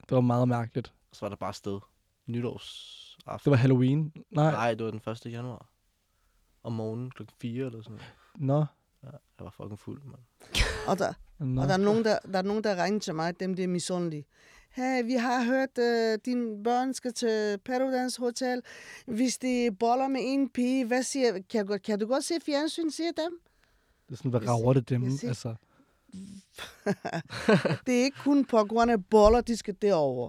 Speaker 1: Det var meget mærkeligt.
Speaker 9: Og så var der bare sted. Nytårsaften.
Speaker 1: Det var Halloween. Nej. Nej.
Speaker 9: Nej, det var den 1. januar. Om morgenen klokken 4 eller sådan noget.
Speaker 1: Nå.
Speaker 9: Jeg var fucking fuld, mand.
Speaker 2: Og der,
Speaker 1: Nå.
Speaker 2: Og der er nogen, der, der, er nogen, der ringer til mig, dem der er misundelige. Hey, vi har hørt, at uh, dine børn skal til Paradise Hotel. Hvis de boller med en pige, hvad siger, kan, jeg, kan du godt se fjernsyn, siger dem?
Speaker 1: Det er sådan, hvad
Speaker 2: Jeg
Speaker 1: rager det dem?
Speaker 2: jeg siger-
Speaker 1: Altså,
Speaker 2: Det er ikke kun på grund af boller, de skal derover.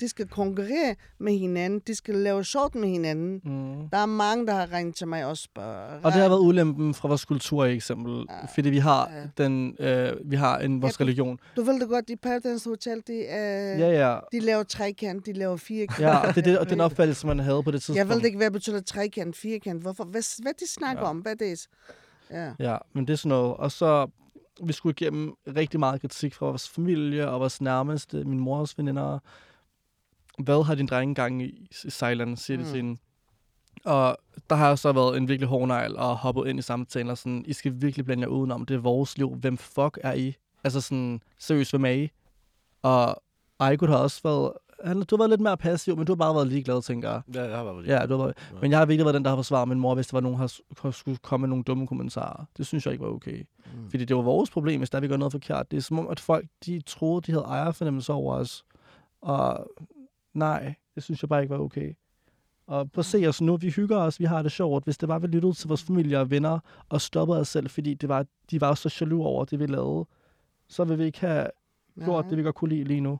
Speaker 2: De skal konkurrere med hinanden. De skal lave sjovt med hinanden.
Speaker 1: Mm.
Speaker 2: Der er mange, der har ringet til mig og spørger.
Speaker 1: Og det har været ulempen fra vores kultur, i eksempel. Fordi vi har, den, øh, vi har en, vores
Speaker 2: Ja, du-
Speaker 1: religion.
Speaker 2: Du ved det godt, i Paradise Hotel, de, er,
Speaker 1: Ja, ja.
Speaker 2: de laver trekant, de laver firkant.
Speaker 1: Ja, og det er det, og den opfattelse, man havde på det tidspunkt.
Speaker 2: Jeg ved ikke, hvad betyder trekant, firkant. Hvorfor? Hvad, hvad de snakker
Speaker 1: Ja.
Speaker 2: ja. om, hvad det er. Ja.
Speaker 1: Ja, men det er sådan noget. Og så, vi skulle igennem rigtig meget kritik fra vores familie og vores nærmeste, min mors veninder. Hvad har din drenge gang i i Thailand, siger de mm. til hende. Og der har jeg så været en virkelig hård negl og hoppet ind i samtalen og sådan, I skal virkelig blande jer udenom, det er vores liv, hvem fuck er I? Altså sådan, seriøst, hvem er I? Og Aykut har også været, han, du har været lidt mere passiv, men du har bare været ligeglad, tænker jeg.
Speaker 9: Ja, jeg har bare
Speaker 1: Ja, du har været, men jeg har virkelig været den, der har forsvaret min mor, hvis der var nogen, der s- har skulle komme med nogle dumme kommentarer. Det synes jeg ikke var okay. Mm. Fordi det var vores problem, hvis der vi gør noget forkert. Det er som om, at folk de troede, de havde ejerfornemmelse over os. Og nej, det synes jeg bare ikke var okay. Og prøv at se os nu, vi hygger os, vi har det sjovt. Hvis det var, vi lyttede til vores familie og venner og stoppede os selv, fordi det var, de var jo så jaloux over det, vi lavede, så ville vi ikke have gjort det, vi godt kunne lide lige nu.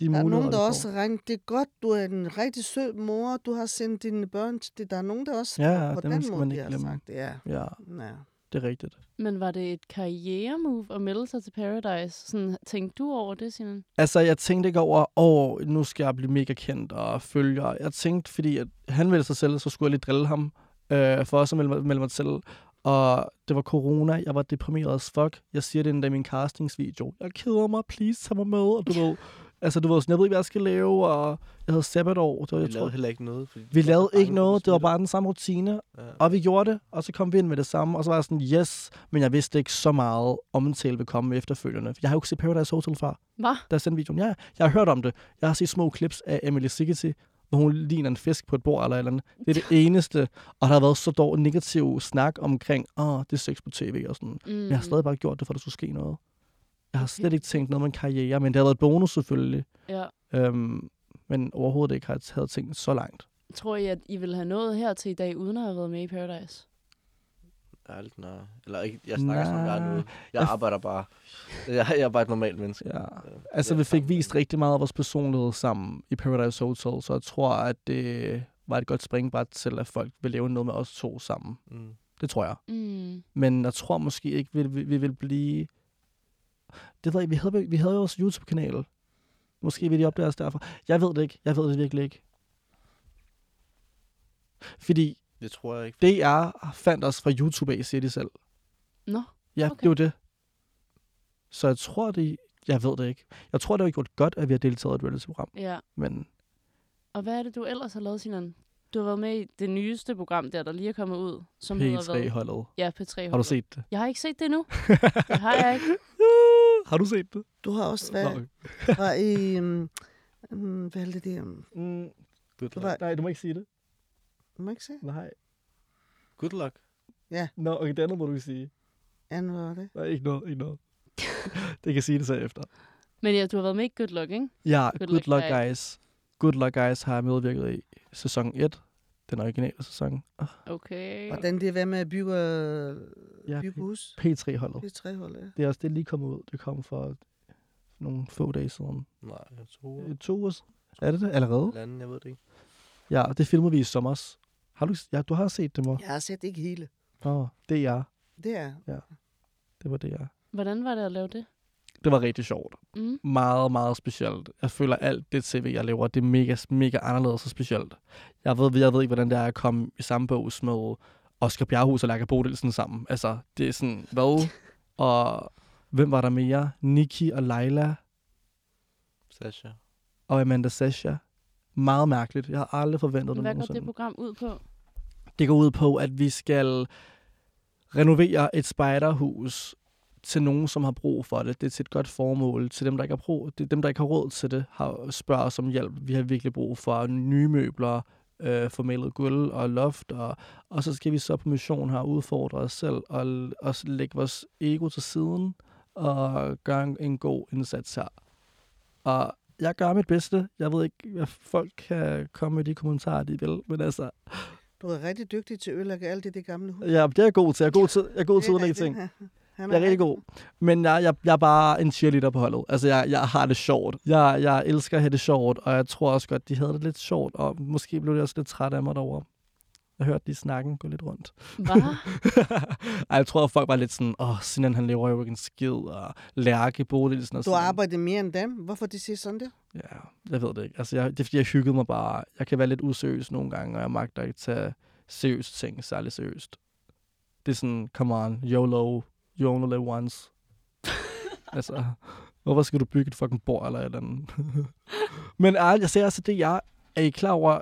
Speaker 1: De
Speaker 2: Der er nogen, der
Speaker 1: vi får.
Speaker 2: også regner, det er godt, du er en rigtig sød mor, du har sendt dine børn til det. Der er nogen, der også
Speaker 1: Ja,
Speaker 2: spørger, på
Speaker 1: dem
Speaker 2: den
Speaker 1: skal
Speaker 2: måde,
Speaker 1: man
Speaker 2: de
Speaker 1: ikke
Speaker 2: har
Speaker 1: glemme.
Speaker 2: sagt det. Ja.
Speaker 1: Ja,
Speaker 2: ja.
Speaker 1: det er rigtigt.
Speaker 11: Men var det et karrieremove at melde sig til Paradise? Sådan, tænkte du over det, Simon?
Speaker 1: Altså, jeg tænkte ikke over, åh, oh, nu skal jeg blive mega kendt og følger. Jeg tænkte, fordi at han ville sig selv, så skulle jeg lige drille ham, øh, for også at melde, mig- melde mig selv. Og det var corona, jeg var deprimeret as fuck. Jeg siger det endda i min castingsvideo. Jeg keder mig, please tag mig med. Og du ved, altså, du ved, sådan, jeg ved ikke, hvad jeg skal lave, og jeg havde sabbatår. Det var, jeg
Speaker 9: Vi
Speaker 1: tror,
Speaker 9: lavede heller ikke noget. Fordi
Speaker 1: vi
Speaker 9: var så
Speaker 1: lavede
Speaker 9: bange
Speaker 1: ikke
Speaker 9: for
Speaker 1: noget,
Speaker 9: at
Speaker 1: det var
Speaker 9: blive
Speaker 1: bare den samme rutine,
Speaker 9: smittet. Ja.
Speaker 1: og vi gjorde det, og så kom vi ind med det samme, og så var jeg sådan, yes, men jeg vidste ikke så meget om en tale ville komme efterfølgende. Jeg har jo ikke set Paradise Hotel før
Speaker 11: Hvad?
Speaker 1: der sendte videoen. Ja, ja, jeg har hørt om det. Jeg har set små clips af Emily Sigeti, hvor hun ligner en fisk på et bord eller et eller andet. Det er det eneste. Og der har været så dårlig negativ snak omkring, åh, det er sex på tv og sådan. Mm. Men jeg har stadig bare gjort det, for at der skulle ske noget. Jeg har slet ikke tænkt noget om en karriere, men det har været et bonus selvfølgelig.
Speaker 11: Ja.
Speaker 1: Øhm, men overhovedet ikke har jeg taget ting så langt.
Speaker 11: Tror I, at I ville have nået her til i dag, uden at have været med i Paradise?
Speaker 9: Ærligt, nej. Eller ikke, jeg snakker som jeg er nu. Jeg
Speaker 1: Jeg-
Speaker 9: arbejder bare. Jeg, jeg er bare et normalt menneske. Øh,
Speaker 1: Ja. Altså, vi fik vist rigtig meget af vores personlighed sammen i Paradise Hotel, så jeg tror, at det var et godt springbræt til, at folk vil lave noget med os to sammen.
Speaker 9: Mm.
Speaker 1: Det tror jeg.
Speaker 11: Mm.
Speaker 1: Men jeg tror måske ikke, vi, vi, vi vil blive... Det ved jeg, ikke. vi havde, vi havde jo vores YouTube-kanal. Måske vil de opdage os derfra. Jeg ved det ikke. Jeg ved det virkelig ikke. Fordi
Speaker 9: Det tror jeg ikke.
Speaker 1: DR fandt os fra YouTube af, siger de selv.
Speaker 11: Nå.
Speaker 1: Ja, okay.
Speaker 11: Okay.
Speaker 1: det var det. Så jeg tror, det... Jeg ved det ikke. Jeg tror, det har gjort godt, at vi har deltaget i et reality-program.
Speaker 11: Ja.
Speaker 1: Men
Speaker 11: Og hvad er det, du ellers har lavet, Sinan? Du har været med i det nyeste program der, der lige er kommet ud. Som hedder hvad?
Speaker 1: P3-holdet.
Speaker 11: Ja, P3.
Speaker 1: Har du set det?
Speaker 11: Jeg har ikke set det endnu. det har jeg ikke.
Speaker 1: Har du set det?
Speaker 2: Du har også
Speaker 1: Nå,
Speaker 2: været
Speaker 1: okay.
Speaker 2: var i... Um, um, hvad er det? det um,
Speaker 1: Mm,
Speaker 9: Good
Speaker 2: du
Speaker 9: luck.
Speaker 2: var,
Speaker 1: nej, du må ikke sige det.
Speaker 2: må jeg ikke sige?
Speaker 1: Nej.
Speaker 9: Good luck.
Speaker 1: Nå, okay, det andet må du ikke sige.
Speaker 2: Anden var det?
Speaker 1: Nej, ikke noget, ikke noget. det kan jeg sige det så efter.
Speaker 11: Men ja, du har været med i Good Luck, ikke?
Speaker 1: Ja, Good,
Speaker 11: Good
Speaker 1: good
Speaker 11: Luck
Speaker 1: Luck
Speaker 11: Guys.
Speaker 1: Guys. Good Luck Guys har jeg medvirket i sæson 1, den originale sæson. Ah,
Speaker 11: Okay.
Speaker 2: Hvordan det er med at bygge,
Speaker 1: Ja,
Speaker 2: ja, bygge hus?
Speaker 1: P3-holdet.
Speaker 2: Det er træholdet, ja.
Speaker 1: Det er også det er lige kommet ud. Det kom for nogle få dage siden.
Speaker 9: Nej, jeg tror...
Speaker 1: Øh, To uger siden. Er det det allerede?
Speaker 9: Landen, jeg ved det ikke.
Speaker 1: Ja, det filmede vi i sommer. Har du, ja, du har set det, mor.
Speaker 2: Jeg har set ikke hele.
Speaker 1: Nå, det er jeg.
Speaker 2: Det er...
Speaker 1: Det var det, jeg.
Speaker 11: Hvordan var det at lave det?
Speaker 1: Det var rigtig sjovt.
Speaker 11: Mm.
Speaker 1: meget, meget specielt. Jeg føler, alt det tv, jeg laver, det er mega, mega anderledes og specielt. Jeg ved, jeg ved ikke, hvordan det er at komme i samme bås med Oscar Bjerghus og Lærke Bodilsen sammen. Altså, det er sådan, hvad? Og hvem var der mere? Nikki og Leila
Speaker 9: Sasha.
Speaker 1: og Amanda Sasha. Meget mærkeligt. Jeg har aldrig forventet det
Speaker 11: Hvad går
Speaker 1: nogensinde.
Speaker 11: det program ud på?
Speaker 1: Det går ud på, at vi skal renovere et spejderhus til nogen, som har brug for det. Det er til et godt formål. Til dem, der ikke har, brug, det er dem, der ikke har råd til det, har, spørger os om hjælp. Vi har virkelig brug for nye møbler, øh, formalet gulv og loft. Og, og så skal vi så på mission her udfordre os selv og, l- og s- lægge vores ego til siden og gøre en, en god indsats her. Og jeg gør mit bedste. Jeg ved ikke, hvad folk kan komme med de kommentarer, de vil. Men altså,
Speaker 2: Du er rigtig dygtig til at ødelægge alt det, det gamle hus.
Speaker 1: Ja, det er jeg god til. Jeg er god til, jeg er god til at
Speaker 2: Det er
Speaker 1: udlægge ting.
Speaker 2: rigtigt. Han
Speaker 1: Jeg er rigtig god. Men jeg, jeg, jeg er bare en cheerleader på holdet. Altså, jeg, jeg har det sjovt. Jeg, jeg elsker at have det sjovt, og jeg tror også godt, de havde det lidt sjovt. Og måske blev de også lidt trætte af mig derovre. Jeg hørte lige snakken gå lidt rundt.
Speaker 11: Hvad?
Speaker 1: Ej, jeg tror, at folk var lidt sådan, åh, oh, Sinan, han lever jo ikke en skid, og Lærke, Bodilsen og
Speaker 2: Du
Speaker 1: sådan.
Speaker 2: arbejder mere end dem. Hvorfor de siger sådan der?
Speaker 1: Ja, jeg ved det ikke. Altså, jeg, det er, fordi jeg hyggede mig bare. Jeg kan være lidt useriøs nogle gange, og jeg magter ikke tage seriøst ting særlig seriøst. Det er sådan, come on, YOLO, you only live once. altså, hvorfor skal du bygge et fucking bord eller et eller andet? Men ærligt, jeg ser også det, jeg er I klar over,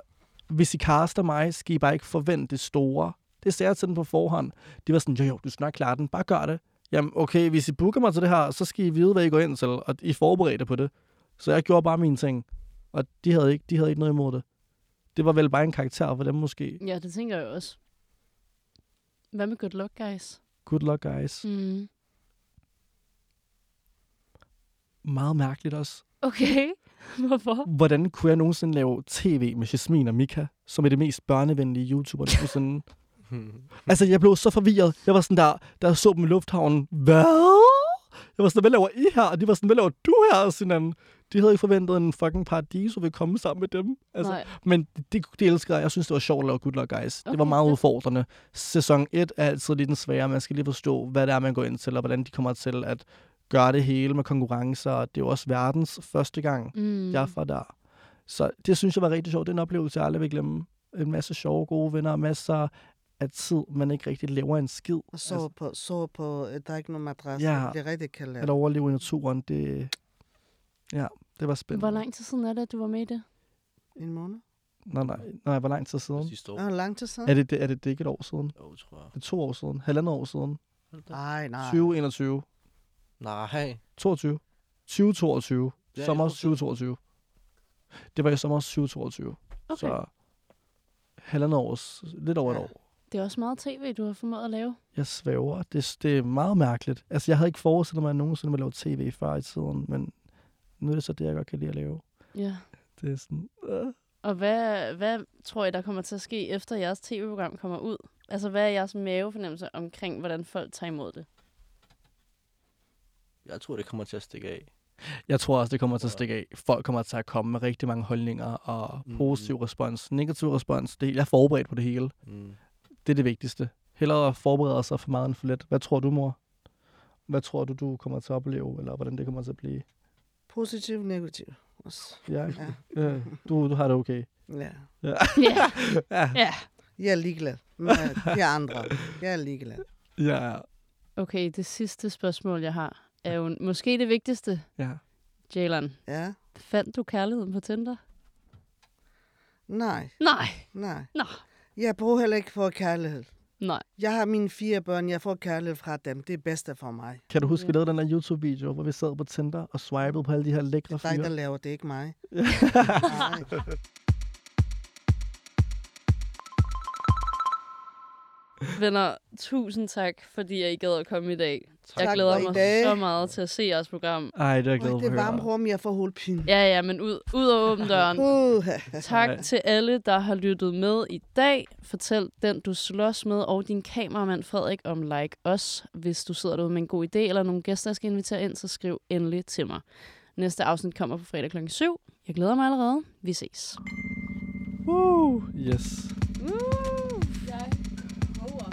Speaker 1: hvis I kaster mig, skal I bare ikke forvente det store. Det sagde jeg til dem på forhånd. De var sådan, jo jo, du skal nok klare den, bare gør det. Jamen okay, hvis I booker mig til det her, så skal I vide, hvad I går ind til, og I forbereder på det. Så jeg gjorde bare mine ting, og de havde ikke, de havde ikke noget imod det. Det var vel bare en karakter for dem måske.
Speaker 11: Ja, det tænker jeg også. Hvad med good luck, guys?
Speaker 1: Good luck, guys.
Speaker 11: Mm.
Speaker 1: Meget mærkeligt også.
Speaker 11: Okay, hvorfor?
Speaker 1: Hvordan kunne jeg nogensinde lave tv med Jasmin og Mika, som er det mest børnevenlige YouTuber nogensinde? altså, jeg blev så forvirret. Jeg var sådan der, der så dem i lufthavnen. Hvad? Jeg var sådan, hvad laver I her? Og de var sådan, hvad laver du her? Og sådan, anden. de havde ikke forventet, at en fucking paradiso ville komme sammen med dem. Altså,
Speaker 11: Nej.
Speaker 1: Men det, det elsker jeg. Jeg synes, det var sjovt at lave Good Luck Guys. Okay, det var
Speaker 11: Okay,
Speaker 1: meget
Speaker 11: fedt.
Speaker 1: udfordrende. Sæson 1 er altid lidt den svære. Man skal lige forstå, hvad det er, man går ind til, og hvordan de kommer til at gøre det hele med konkurrencer. Og Det er jo også verdens første gang,
Speaker 11: Mm.
Speaker 1: mm. jeg er fra der. Så det synes jeg var rigtig sjovt. Det er en oplevelse, jeg aldrig vil glemme. En masse sjove, gode venner, og masser af tid, man ikke rigtig lever en skid.
Speaker 2: Og sover altså, på, sover på, øh, der er ikke nogen madras.
Speaker 1: Ja.
Speaker 2: Ja. Det er rigtig kaldt.
Speaker 1: At overleve i naturen, det... Ja, det var spændende.
Speaker 11: Hvor lang tid siden er det, at du var med i det?
Speaker 2: En måned.
Speaker 1: Nej, nej, nej, hvor lang tid siden?
Speaker 9: Sidste år.
Speaker 2: Er lang tid siden?
Speaker 1: Er det, er det, det er ikke et år siden?
Speaker 9: Jo, tror jeg.
Speaker 1: Det er to år siden. Halvandet år siden.
Speaker 2: Nej,
Speaker 1: Ah.
Speaker 2: nej.
Speaker 1: 2021,
Speaker 9: Nej.
Speaker 1: 22, 2022,
Speaker 9: Ja,
Speaker 1: ja, sommer
Speaker 9: jeg tror,
Speaker 1: 2022. Det var i sommer 2022.
Speaker 11: Okay.
Speaker 1: Så halvandet års, lidt over et år.
Speaker 11: Det er også meget tv, du har formået at lave.
Speaker 1: Jeg svæver. Det, det er meget mærkeligt. Altså, jeg havde ikke forestillet mig, at jeg nogensinde ville lave tv før i tiden, men nu er det så det, jeg godt kan lide at lave.
Speaker 11: Ja.
Speaker 1: Det er sådan... Øh.
Speaker 11: Og hvad, hvad tror I, der kommer til at ske, efter jeres tv-program kommer ud? Altså, hvad er jeres mavefornemmelse omkring, hvordan folk tager imod det?
Speaker 9: Jeg tror, det kommer til at stikke af.
Speaker 1: Jeg tror også, det kommer til at stikke af. Folk kommer til at komme med rigtig mange holdninger og positiv respons, negativ respons. Det, jeg er forberedt på det hele.
Speaker 9: Mm.
Speaker 1: Det er det vigtigste. Hellere at forberede sig for meget end for lidt. Hvad tror du, mor? Hvad tror du, du kommer til at opleve, eller hvordan det kommer til at blive?
Speaker 2: Positiv, negativ. Også.
Speaker 1: Ja, ja. Du, du har det okay.
Speaker 2: Ja.
Speaker 11: Ja.
Speaker 1: Ja.
Speaker 11: ja.
Speaker 2: Jeg er ligeglad med de andre. Jeg er ligeglad.
Speaker 1: Ja.
Speaker 11: Okay, det sidste spørgsmål, jeg har, er jo måske det vigtigste.
Speaker 1: ja.
Speaker 11: Jalen,
Speaker 2: Ja.
Speaker 11: fandt du kærligheden på Tinder?
Speaker 2: Nej,
Speaker 11: Nej.
Speaker 2: nej.
Speaker 11: Nå.
Speaker 2: Jeg bruger heller ikke for kærlighed.
Speaker 11: Nej.
Speaker 2: Jeg har mine fire børn. Jeg får kærlighed fra dem. Det er bedste for mig.
Speaker 1: Kan du huske, vi lavede den der YouTube-video, hvor vi sad på Tinder og swipede på alle de her lækre
Speaker 2: Det er dig, der
Speaker 1: fyre?
Speaker 2: laver det, ikke mig. Nej.
Speaker 11: Venner, tusind tak, fordi jeg gad at komme i dag. Jeg
Speaker 2: Tak
Speaker 11: glæder
Speaker 2: for i
Speaker 11: mig
Speaker 2: dag.
Speaker 11: så meget til at se jeres program.
Speaker 1: Ej, det er jeg glad
Speaker 2: Øj,
Speaker 1: for
Speaker 2: det
Speaker 1: at
Speaker 2: er varme
Speaker 1: høre.
Speaker 2: rum, jeg får hovedpine.
Speaker 11: Ja, ja, men ud, ud og åbne døren.
Speaker 2: Uh,
Speaker 11: Tak til alle, der har lyttet med i dag. Fortæl den, du slås med, og din kameramand Frederik om Like Us. Hvis du sidder derude med en god idé eller nogle gæster, jeg skal invitere ind, så skriv endelig til mig. Næste afsnit kommer på fredag kl. 7. Jeg glæder mig allerede. Vi ses.
Speaker 1: Uh, yes.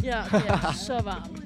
Speaker 11: Ja, det er så varmt.